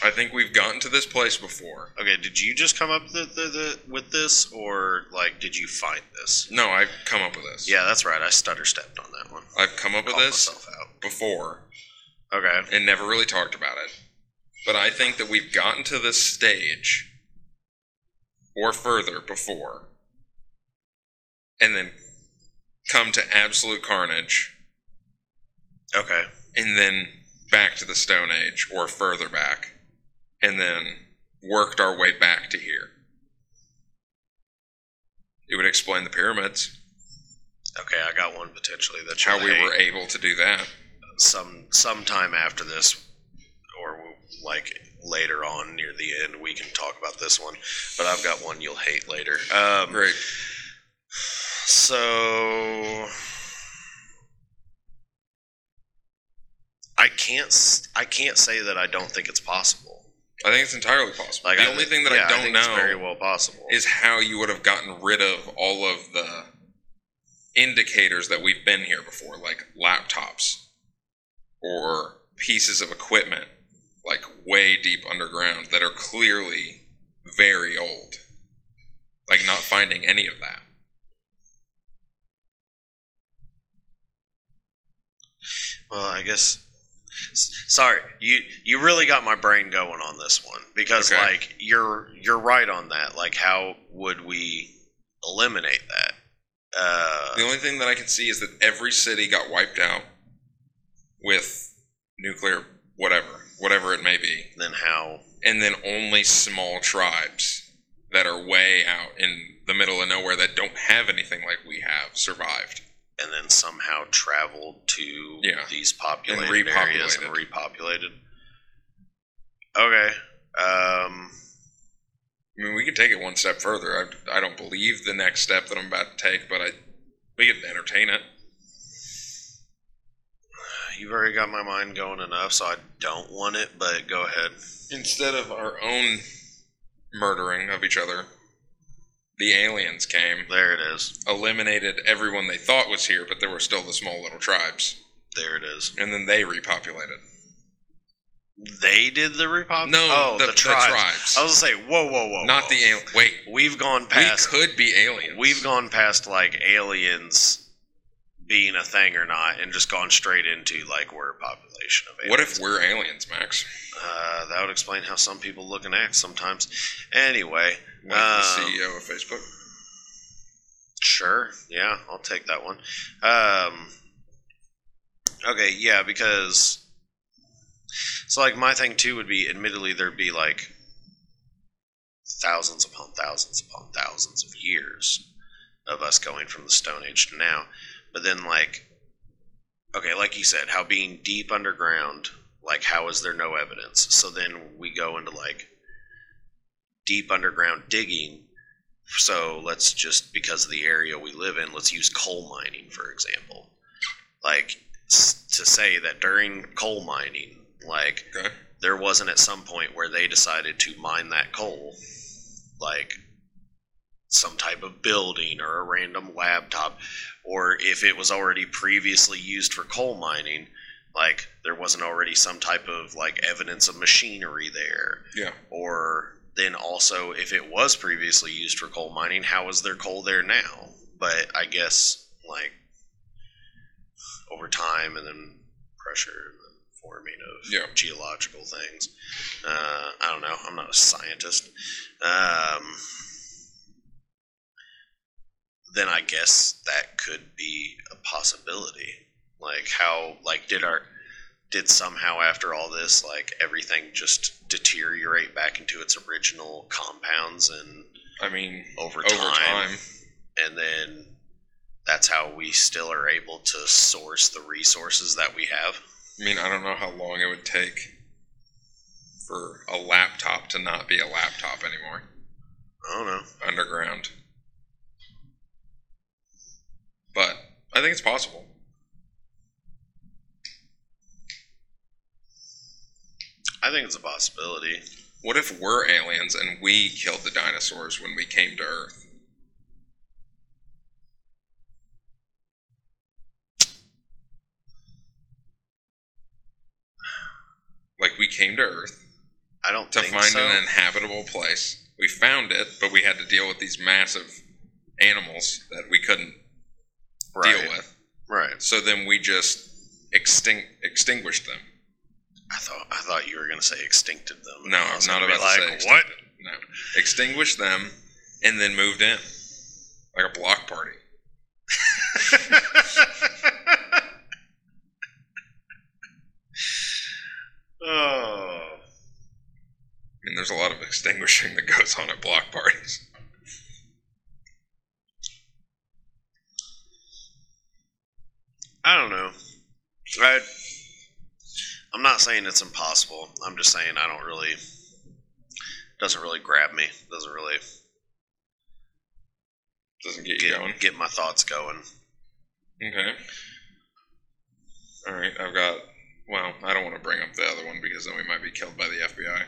I think we've gotten to this place before. okay did you just come up the, the, the, with this or like did you find this No, I've come up with this. yeah that's right i stutter stepped on that one I've come up with Called this myself out before okay and never really talked about it. But I think that we've gotten to this stage or further before and then come to absolute carnage okay and then back to the Stone Age or further back and then worked our way back to here. It would explain the pyramids, okay i got one potentially that's how we really- were able to do that. some sometime after this or like later on near the end we can talk about this one but i've got one you'll hate later um, Great. so i can't s- i can't say that i don't think it's possible I think it's entirely possible. like the I only thi- thing that yeah, I don't think know it's very well possible is how you would have gotten rid of all of the indicators that we've been here before, like laptops or pieces of equipment, like way deep underground that are clearly very old. Like not finding any of that. Well, I guess. s- Sorry, you you really got my brain going on this one because Okay. like you're you're right on that. Like, how would we eliminate that? Uh, The only thing that I can see is that every city got wiped out with nuclear whatever, whatever it may be. then how? and then only small tribes that are way out in the middle of nowhere that don't have anything like we have survived. And then somehow travel to Yeah. these populated repopulated. areas and repopulated. Okay. Um, I mean, we could take it one step further. I, I don't believe the next step that I'm about to take, but I we could entertain it. you you've already got my mind going enough, so I don't want it, but go ahead. Instead of our own murdering of each other, the aliens came, There it is. eliminated everyone they thought was here, but there were still the small little tribes, There it is. and then they repopulated. They did the repop. No, oh, the- the, the tribes. tribes. I was gonna say, whoa, whoa, whoa. Not whoa. the alien. Wait, We've gone past. we could be aliens. We've gone past like aliens being a thing or not, and just gone straight into like we're a population of aliens. What if we're aliens, Max? Uh, that would explain how some people look and act sometimes. Anyway, Like um, the CEO of Facebook. Sure. Yeah, I'll take that one. Um, okay, yeah, because so like my thing too would be admittedly there'd be like thousands upon thousands upon thousands of years of us going from the stone age to now. But then like okay, like you said, how being deep underground, like how is there no evidence? So then we go into like deep underground digging so let's just because of the area we live in let's use coal mining for example like s- to say that during coal mining like Okay. there wasn't at some point where they decided to mine that coal like some type of building or a random laptop or if it was already previously used for coal mining like there wasn't already some type of like evidence of machinery there Yeah. or then also if it was previously used for coal mining, how is there coal there now? But I guess like over time and then pressure and then forming of Yeah. geological things. Uh, I don't know. I'm not a scientist. Um, then I guess that could be a possibility. Like how like did our did somehow after all this like everything just deteriorate back into its original compounds and I mean, over over time, time. and then that's how we still are able to source the resources that we have I mean, I don't know how long it would take for a laptop to not be a laptop anymore. i don't know Underground. But I think it's possible. i think it's a possibility What if we're aliens and we killed the dinosaurs when we came to Earth? Like we came to Earth i don't to think find so an inhabitable place. We found it, but we had to deal with these massive animals that we couldn't right. deal with. right So then we just extinct extinguished them. i thought i thought you were going to say extincted them No, I was I'm not gonna be about to like say what No. Extinguished them and then moved in. Like a block party. oh I mean, there's a lot of extinguishing that goes on at block parties. I don't know. I, I'm not saying it's impossible. I'm just saying I don't really. Doesn't really grab me. Doesn't really Doesn't get you get, going. get my thoughts going. Okay. All right, I've got. Well, I don't want to bring up the other one because then we might be killed by the FBI.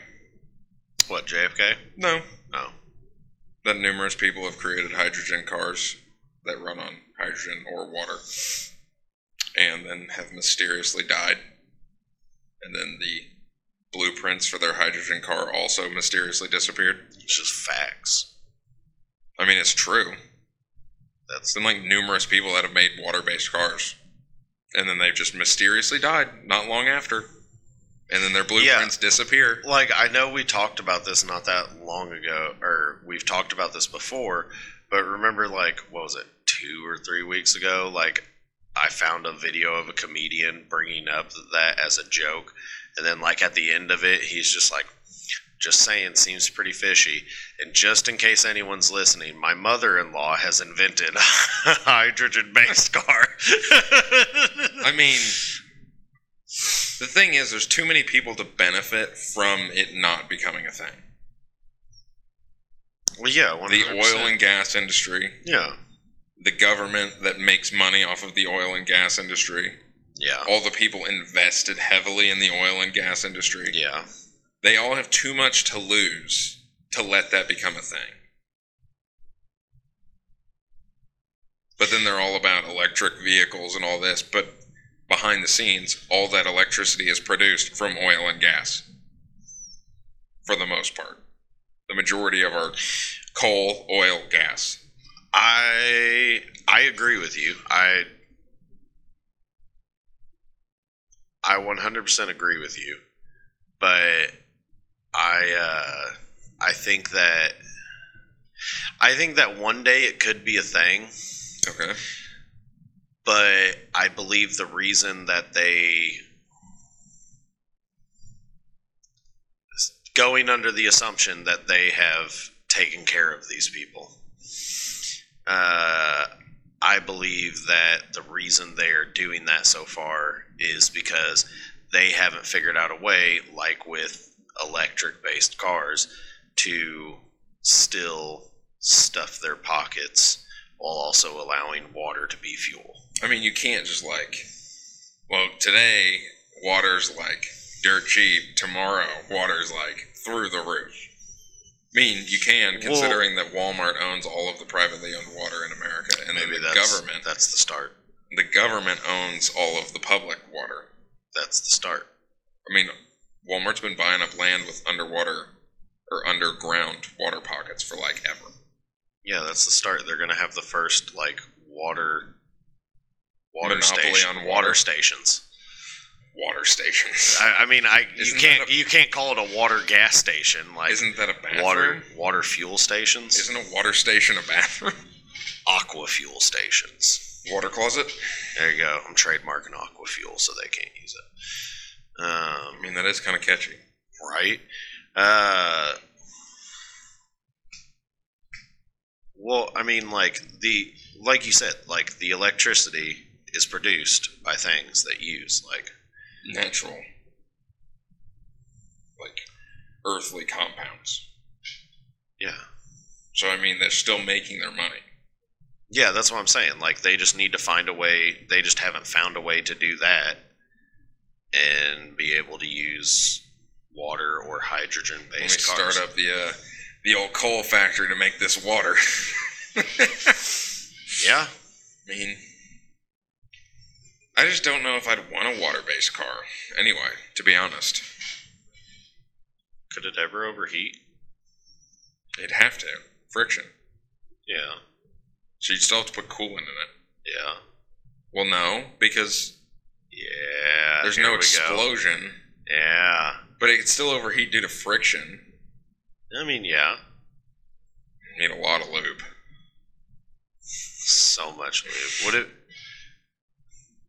What JFK? No. Oh, That numerous people have created hydrogen cars that run on hydrogen or water and then have mysteriously died. And then the blueprints for their hydrogen car also mysteriously disappeared. it's just facts. I mean, it's true. It's That's been like numerous people that have made water based cars. And then they've just mysteriously died not long after. And then their blueprints disappear. like I know we talked about this not that long ago, or we've talked about this before. But remember, like what was it, two or three weeks ago? Like I found a video of a comedian bringing up that as a joke, and then like at the end of it, he's just like, "Just saying, seems pretty fishy." And just in case anyone's listening, my mother-in-law has invented a hydrogen-based car. I mean, the thing is, there's too many people to benefit from it not becoming a thing. well, yeah, The 100%. oil and gas industry, yeah, the government that makes money off of the oil and gas industry, Yeah. All the people invested heavily in the oil and gas industry. Yeah. They all have too much to lose to let that become a thing. But then they're all about electric vehicles and all this, but behind the scenes, all that electricity is produced from oil and gas. For the most part. The majority of our coal, oil, gas. I I agree with you. I I 100% agree with you. But I uh I think that I think that one day it could be a thing, Okay. but I believe the reason that they going under the assumption that they have taken care of these people. Uh, I believe that the reason they are doing that so far is because they haven't figured out a way, like with electric based cars, to still stuff their pockets while also allowing water to be fuel. I mean, you can't just like, well, today water's like dirt cheap. Tomorrow water's like through the roof. I mean, you can considering that Walmart owns all of the privately owned water in America, and then Maybe the that's government that's the start. the government owns all of the public water. That's the start. I mean, Walmart's been buying up land with underwater or underground water pockets for like ever. Yeah, that's the start. They're gonna have the first like water water Monopoly station, on water. water stations. Water stations. I, I mean, I you Isn't can't that a- you can't call it a water gas station like Isn't that a bathroom? water water fuel stations, Isn't a water station a bathroom? aqua fuel stations. Water closet? There you go. I'm trademarking aqua fuel so they can't use it. I Um, mean, that is kind of catchy. right? Uh, well, I mean, like the like you said, like the electricity is produced by things that use like natural, like earthly compounds. yeah. So I mean, they're still making their money. Yeah, that's what I'm saying. Like they just need to find a way. They just haven't found a way to do that and be able to use water or hydrogen When we based cars. start up the uh, the old coal factory to make this water. I Yeah, mean, I just don't know if I'd want a water-based car. Anyway, to be honest, could it ever overheat? it'd have to friction. Yeah, So you'd still have to put coolant in it. yeah, Well, no, because yeah. there's Ah, here no we go. explosion, Yeah, but it could still overheat due to friction. I mean, yeah, You need a lot of lube. so much lube. Would it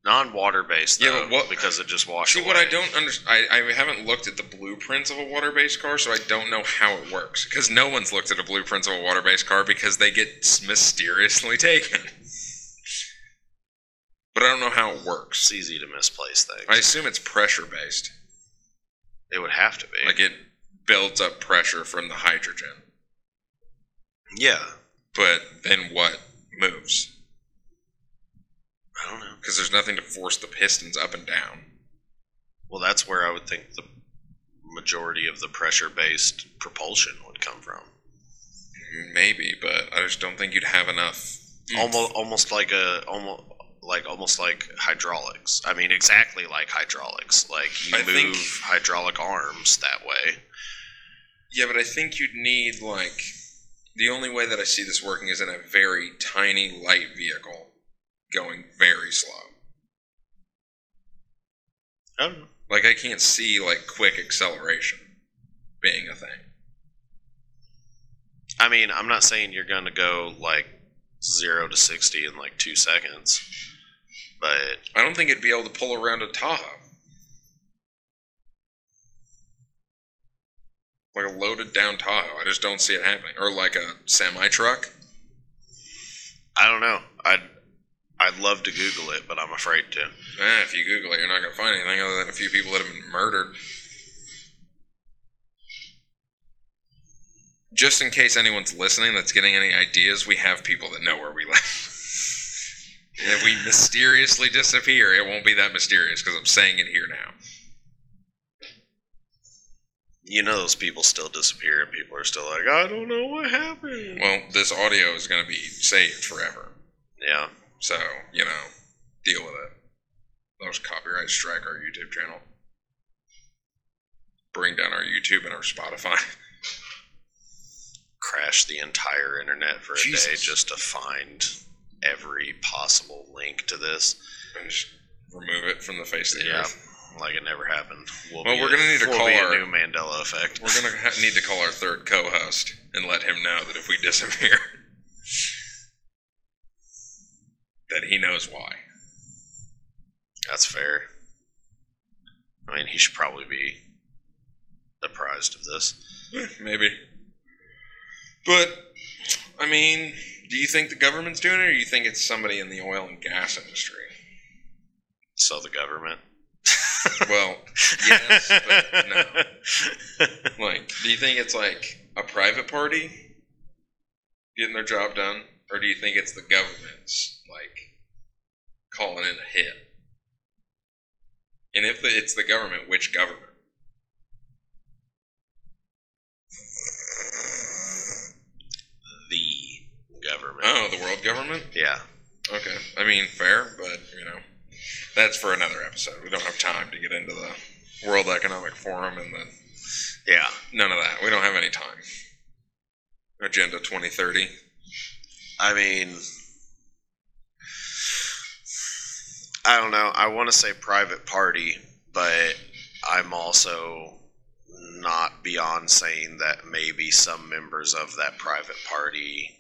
non-water based Yeah, though? but what- because it just washes. See, what I don't understand, I, I haven't looked at the blueprints of a water based car, so I don't know how it works. Because no one's looked at a blueprints of a water based car because they get s- mysteriously taken. But I don't know how it works. It's easy to misplace things. I assume it's pressure based. it would have to be. Like it builds up pressure from the hydrogen. yeah, But then what moves? I don't know. Because there's nothing to force the pistons up and down. Well, that's where I would think the majority of the pressure based propulsion would come from. Maybe, but I just don't think you'd have enough. Almost, almost like a almost like almost like hydraulics. I mean, exactly like hydraulics. Like you I move think- hydraulic arms that way. Yeah, but I think you'd need like the only way that I see this working is in a very tiny light vehicle going very slow. I don't know. Like I can't see like quick acceleration being a thing. I mean, I'm not saying you're gonna go like zero to sixty in like two seconds, but I don't think it'd be able to pull around a Tahoe. Like a loaded down Tahoe. I just don't see it happening. Or like a semi truck. I don't know. I'd I'd love to Google it, but I'm afraid to. Eh, if you Google it, you're not going to find anything other than a few people that have been murdered. Just in case anyone's listening that's getting any ideas, we have people that know where we live. And if we mysteriously disappear, it won't be that mysterious because I'm saying it here now. You know those people still disappear and people are still like, I don't know what happened. Well, this audio is going to be saved forever. Yeah. So, you know, deal with it. Those copyright strike our YouTube channel. Bring down our YouTube and our Spotify. Crash the entire internet for a day Jesus. just to find every possible link to this. and just remove it from the face of the Yeah. earth. Like it never happened. We'll Well, be we're gonna need to we'll call be our- a new Mandela effect. We're going to ha- need to call our third co host and let him know that if we disappear, that he knows why. That's fair. I mean, he should probably be apprised of this. Eh, Maybe. But, I mean, do you think the government's doing it or do you think it's somebody in the oil and gas industry? So the government. Well, yes, but no. Like, do you think it's like a private party getting their job done, or do you think it's the government's like calling in a hit? And if the, it's the government, which government? The government. Oh, the world government. Yeah. Okay, I mean fair, but you know that's for another episode. We don't have time to get into the World Economic Forum and the Yeah. none of that. We don't have any time. Agenda twenty thirty. I mean, I don't know. I want to say private party, but I'm also not beyond saying that maybe some members of that private party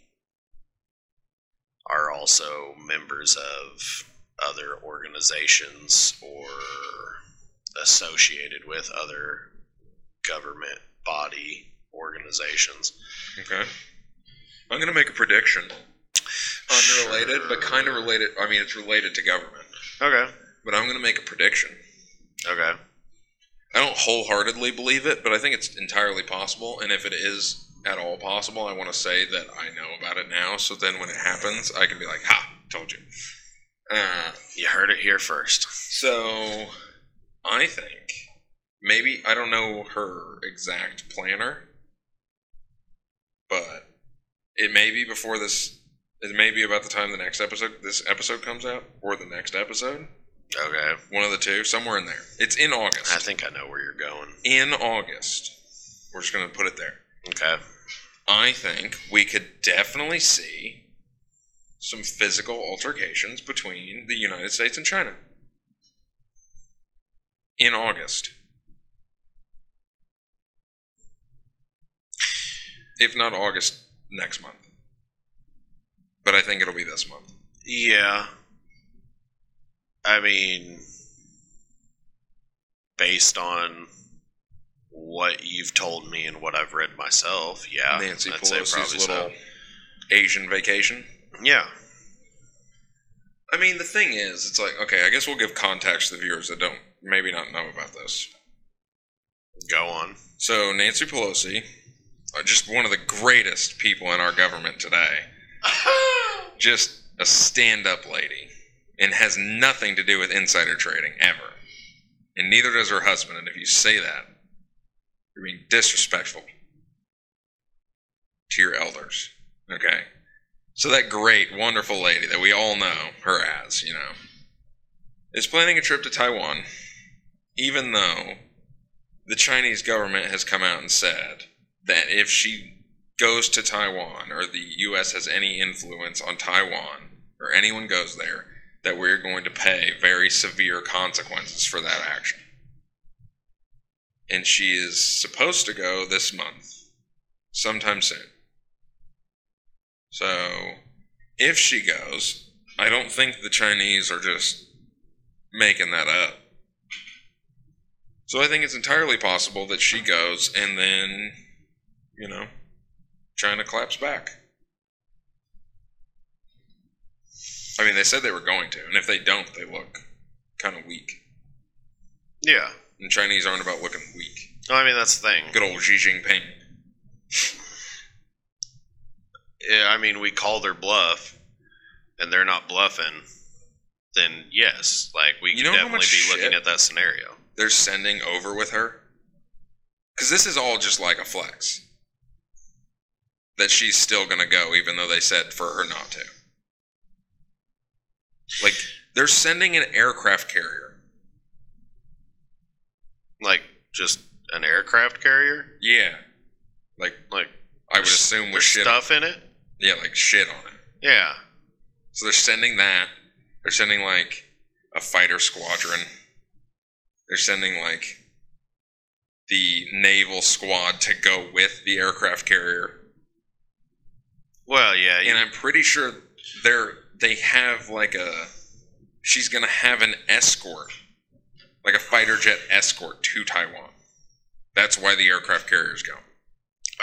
are also members of other organizations or associated with other government body organizations. Okay. I'm gonna make a prediction. Unrelated, but Sure. kind of related. I mean, it's related to government, Okay. but I'm gonna make a prediction. Okay. I don't wholeheartedly believe it, but I think it's entirely possible. And if it is at all possible, I want to say that I know about it now. So then, when it happens, I can be like, "Ha, told you." Uh, You heard it here first. so I think maybe I don't know her exact planner, but it may be before this. It may be about the time the next episode, this episode comes out, or the next episode. Okay. One of the two, somewhere in there. It's in August. I think I know where you're going. in August. We're just going to put it there. Okay. I think we could definitely see some physical altercations between the United States and China in August. If not August, next month. But I think it'll be this month. Yeah. I mean, based on what you've told me and what I've read myself, yeah. Nancy I'd say Pelosi's probably little so. Asian vacation. Yeah. I mean, the thing is, it's like, okay, I guess we'll give context to the viewers that don't, maybe not know about this. Go on. So Nancy Pelosi, uh, just one of the greatest people in our government today, just a stand-up lady, and has nothing to do with insider trading ever, and neither does her husband. And if you say that, you're being disrespectful to your elders. Okay. So that great, wonderful lady that we all know her as, you know, is planning a trip to Taiwan, even though the Chinese government has come out and said that if she goes to Taiwan or the U.S. has any influence on Taiwan or anyone goes there, that we're going to pay very severe consequences for that action. And she is supposed to go this month, sometime soon. So, if she goes, I don't think the Chinese are just making that up. So I think it's entirely possible that she goes and then, you know, China claps back. I mean, they said they were going to, and if they don't, they look kind of weak. Yeah. And Chinese aren't about looking weak. No, I mean, that's the thing. Good old Xi Jinping. Yeah, I mean, we call their bluff, and they're not bluffing. then yes, like we You could know how definitely much be looking shit- at that scenario. they're sending over with her? Because this is all just like a flex. That she's still going to go, even though they said for her not to. Like, they're sending an aircraft carrier. Like just an aircraft carrier, Yeah. Like, like I would assume with there's shit. stuff in it. Yeah, like shit on it. Yeah, So they're sending that. They're sending like a fighter squadron. They're sending like the naval squad to go with the aircraft carrier. well, yeah, you, And I'm pretty sure they're they have like a she's gonna have an escort. Like a fighter jet escort to Taiwan. That's why the aircraft carrier's going.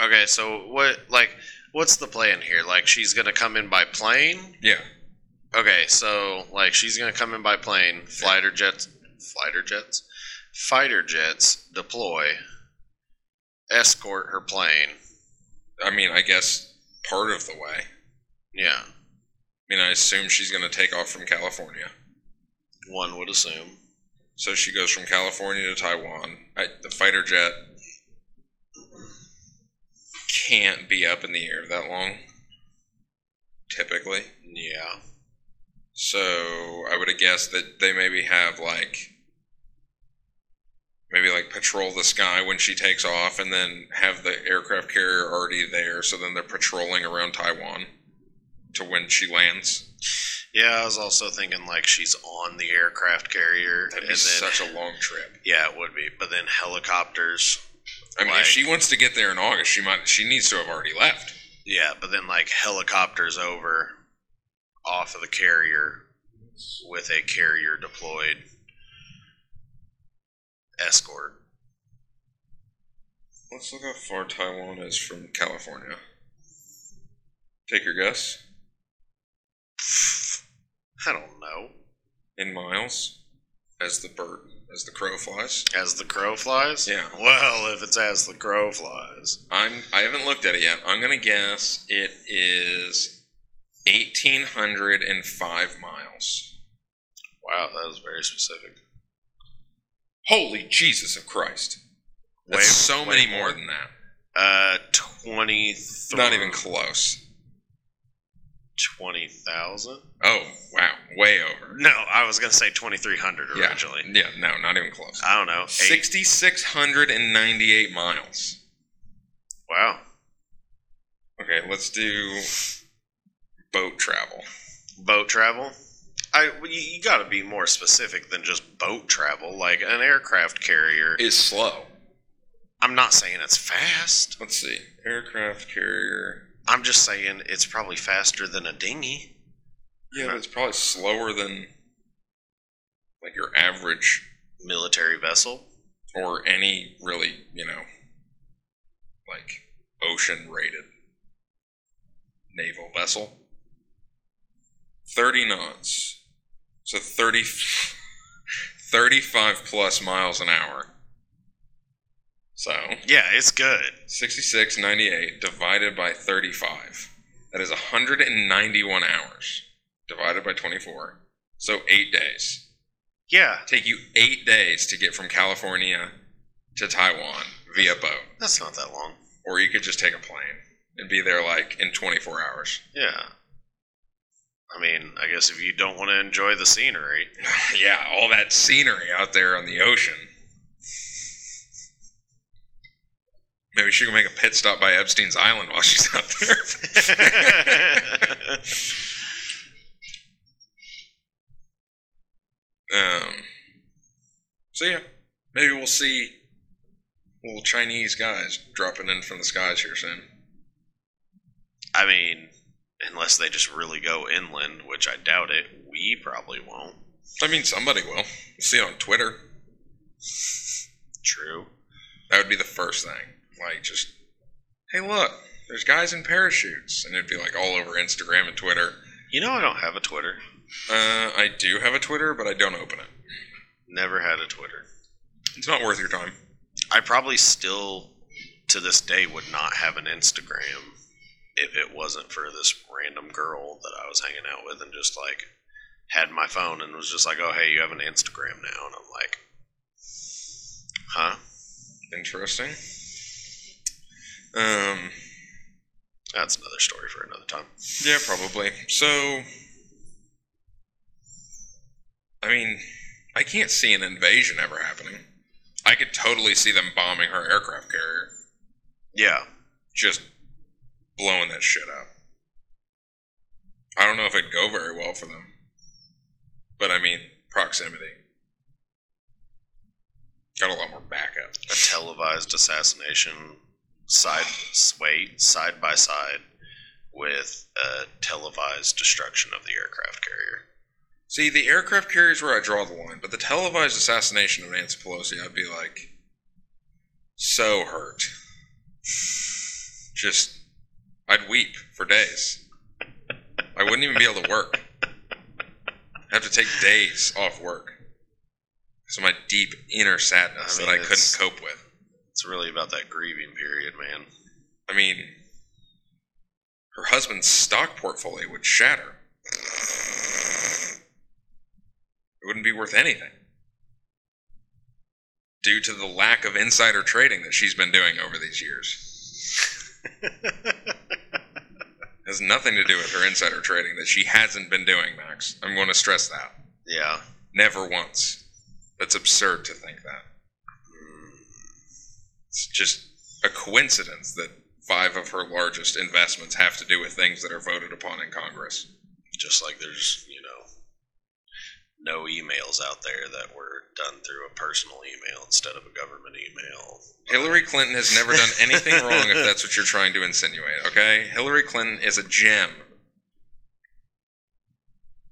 okay. So what, like, what's the plan here? Like, she's gonna come in by plane, Yeah. Okay, so like she's gonna come in by plane, fighter jets, fighter jets, fighter jets deploy, escort her plane. I mean I guess part of the way. Yeah, I mean I assume she's gonna take off from California. one would assume. So she goes from California to Taiwan. I, the fighter jet can't be up in the air that long, typically. Yeah, So I would have guessed that they maybe have like maybe like patrol the sky when she takes off, and then have the aircraft carrier already there. So then they're patrolling around Taiwan to when she lands. yeah. I was also thinking like she's on the aircraft carrier, That'd be and then such a long trip. yeah, it would be. But then helicopters. I mean, Like- if she wants to get there in August, she might. She needs to have already left. Yeah, but then like helicopters over off of the carrier with a carrier deployed escort. Let's look how far Taiwan is from California. Take your guess I don't know. in miles as the bird, as the crow flies. As the crow flies? Yeah. Well, if it's as the crow flies. I'm I haven't looked at it yet. I'm gonna guess it is eighteen hundred and five miles. Wow, that was very specific. Holy Jesus of Christ! That's Way- so way many more. more than that. Uh, 23. Not even close. 20,000? Oh wow, way over. No, I was going to say 2,300 Yeah, originally. yeah, no, not even close. I don't know. Uh, Eight. Sixty six hundred and ninety eight miles. Wow. Okay, let's do boat travel. Boat travel? I, well, you, you got to be more specific than just boat travel. Like an aircraft carrier. Is slow. I'm not saying it's fast. Let's see. Aircraft carrier. I'm just saying it's probably faster than a dinghy. Yeah, but it's probably slower than like your average Military vessel. or any really, you know, like ocean rated naval vessel. 30 knots. So 30 35 plus miles an hour. So, Yeah, it's good. 6698 divided by 35. That is 191 hours divided by 24. So eight days. Yeah, Take you eight days to get from California to Taiwan via boat. that's not that long. Or you could just take a plane and be there like in 24 hours. Yeah. I mean, I guess if you don't want to enjoy the scenery, yeah, all that scenery out there on the ocean. Maybe she can make a pit stop by Epstein's Island while she's out there. Um, so yeah, maybe we'll see little Chinese guys dropping in from the skies here soon. I mean, unless they just really go inland, which I doubt it, we probably won't. I mean, somebody will. We'll see it on Twitter. True. That would be the first thing. Like, just hey, look, there's guys in parachutes, and it'd be like all over Instagram and Twitter. You know, I don't have a Twitter. Uh, I do have a Twitter, but I don't open it. Never had a Twitter. It's not worth your time. I probably still, to this day, would not have an Instagram if it wasn't for this random girl that I was hanging out with and just like had my phone and was just like, "Oh, hey, you have an Instagram now," and I'm like, "Huh? Interesting. Um, That's another story for another time." yeah, probably. So, I mean, I can't see an invasion ever happening. I could totally see them bombing her aircraft carrier, Yeah, just blowing that shit up. I don't know if it'd go very well for them, but I mean, proximity. Got a lot more backup. a televised assassination side wait side by side with a televised destruction of the aircraft carrier. See, the aircraft carrier's where I draw the line, but the televised assassination of Nancy Pelosi, I'd be like, so hurt. Just, I'd weep for days. I wouldn't even be able to work. I'd have to take days off work. So my deep inner sadness I mean, that I couldn't it's- cope with. It's really about that grieving period, man. I mean, her husband's stock portfolio would shatter. It wouldn't be worth anything due to the lack of insider trading that she's been doing over these years. has nothing to do with her insider trading that she hasn't been doing, Max. I'm going to stress that. Yeah. Never once. That's absurd to think that. Mm, It's just a coincidence that five of her largest investments have to do with things that are voted upon in Congress. Just like there's, you know, no emails out there that were done through a personal email instead of a government email. Hillary Clinton has never done anything wrong if that's what you're trying to insinuate, okay? Hillary Clinton is a gem.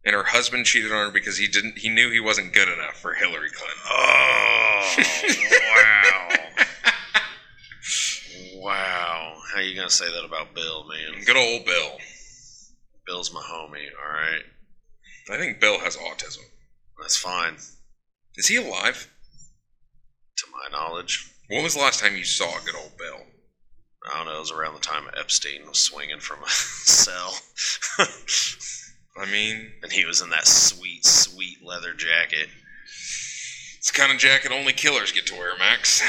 And her husband cheated on her because he didn't he knew he wasn't good enough for Hillary Clinton. Oh, wow. wow. How you going to say that about Bill, man? Good old Bill. Bill's my homie, all right? I think Bill has autism. That's fine, Is he alive? to my knowledge. When was the last time you saw good old Bill? I don't know, it was around the time Epstein was swinging from a cell. I mean, and he was in that sweet, sweet leather jacket. it's the kind of jacket only killers get to wear, Max.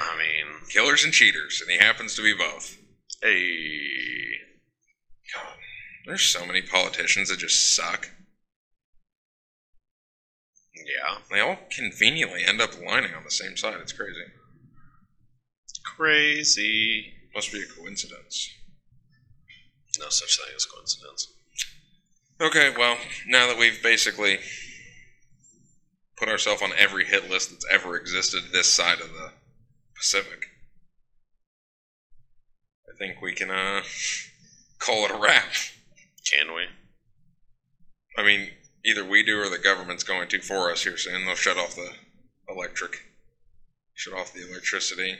I mean, killers and cheaters, and he happens to be both. hey. God, there's so many politicians that just suck. Yeah. They all conveniently end up lining on the same side. It's crazy. Crazy. Must be a coincidence. No such thing as coincidence. Okay, well, now that we've basically put ourselves on every hit list that's ever existed this side of the Pacific, I think we can uh, call it a wrap. Can we? I mean, either we do or the government's going to for us here soon. They'll shut off the electric, shut off the electricity,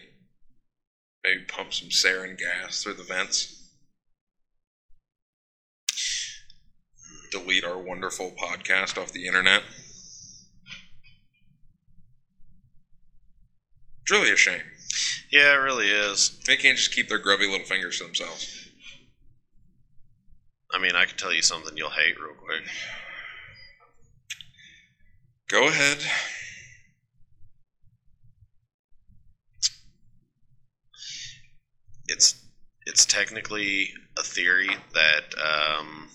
maybe pump some sarin gas through the vents, delete our wonderful podcast off the internet. It's really a shame. Yeah, it really is. They can't just keep their grubby little fingers to themselves. I mean, I could tell you something you'll hate real quick. Go ahead. It's it's technically a theory that um,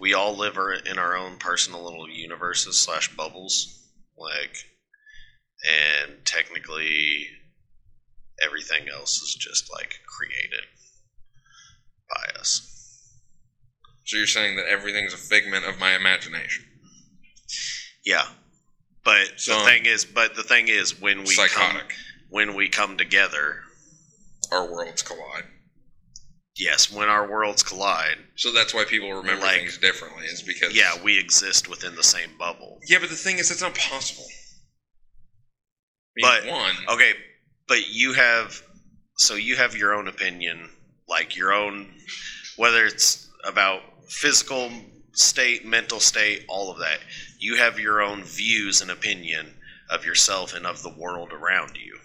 we all live our, in our own personal little universes slash bubbles, like, and technically everything else is just like created by us. So you're saying that everything's a figment of my imagination. Yeah. But So- the thing is, but the thing is, when we Psychotic. come when we come together, our worlds collide. yes, when our worlds collide, So that's why people remember Like- things differently, is because yeah, we exist within the same bubble. yeah. But the thing is, that's not possible. But- one, Okay, but you have so you have your own opinion, like your own whether it's about physical state, mental state, all of that. You have your own views and opinion of yourself and of the world around you.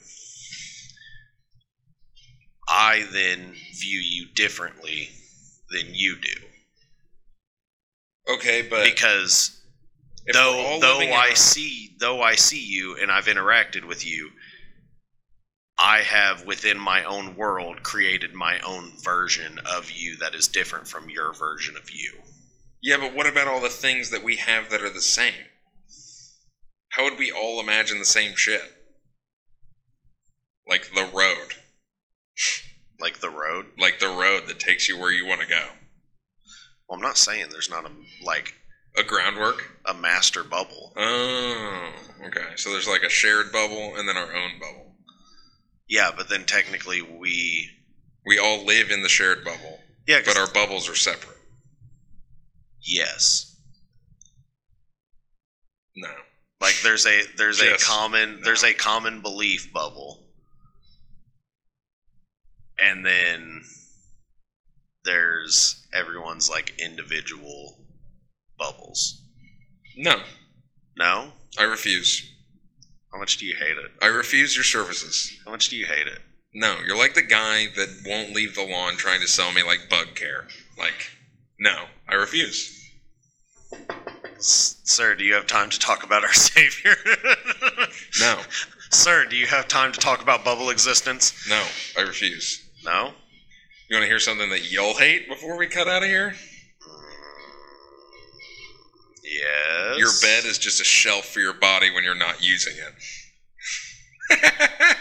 I then view you differently than you do okay, but because If we're uh, though all though living in I our- see though I see you and I've interacted with you, I have within my own world created my own version of you that is different from your version of you. Yeah, but what about all the things that we have that are the same? How would we all imagine the same shit? Like the road. Like the road. Like the road that takes you where you want to go. Well, I'm not saying there's not a like A groundwork? a master bubble. Oh, okay. So there's like a shared bubble and then our own bubble. Yeah, but then technically we We all live in the shared bubble, yeah, 'cause- but our bubbles are separate. yes. No. Like there's a there's Yes. a common there's a common belief bubble. And then there's everyone's like individual bubbles. No. No? I refuse. How much do you hate it? I refuse your services. How much do you hate it? No, you're like the guy that won't leave the lawn trying to sell me like bug care. Like, no, I refuse. S- Sir, do you have time to talk about our savior? No, Sir, do you have time to talk about bubble existence? no, I refuse. No? You want to hear something that y'all hate before we cut out of here? Yes. Your bed is just a shelf for your body when you're not using it.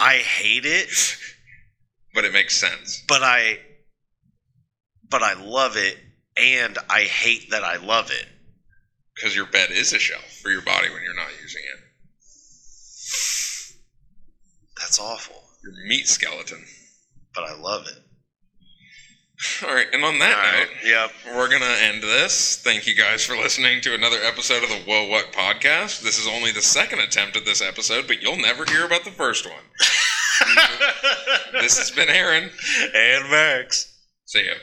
I hate it. but it makes sense. but I but I love it and I hate that I love it. Because your bed is a shelf for your body when you're not using it. That's awful, Your meat skeleton. but I love it. All right, and on that note, Yep. we're going to end this. Thank you guys for listening to another episode of the Whoa What podcast. This is only the second attempt at this episode, but you'll never hear about the first one. this has been Aaron. and Max. See ya.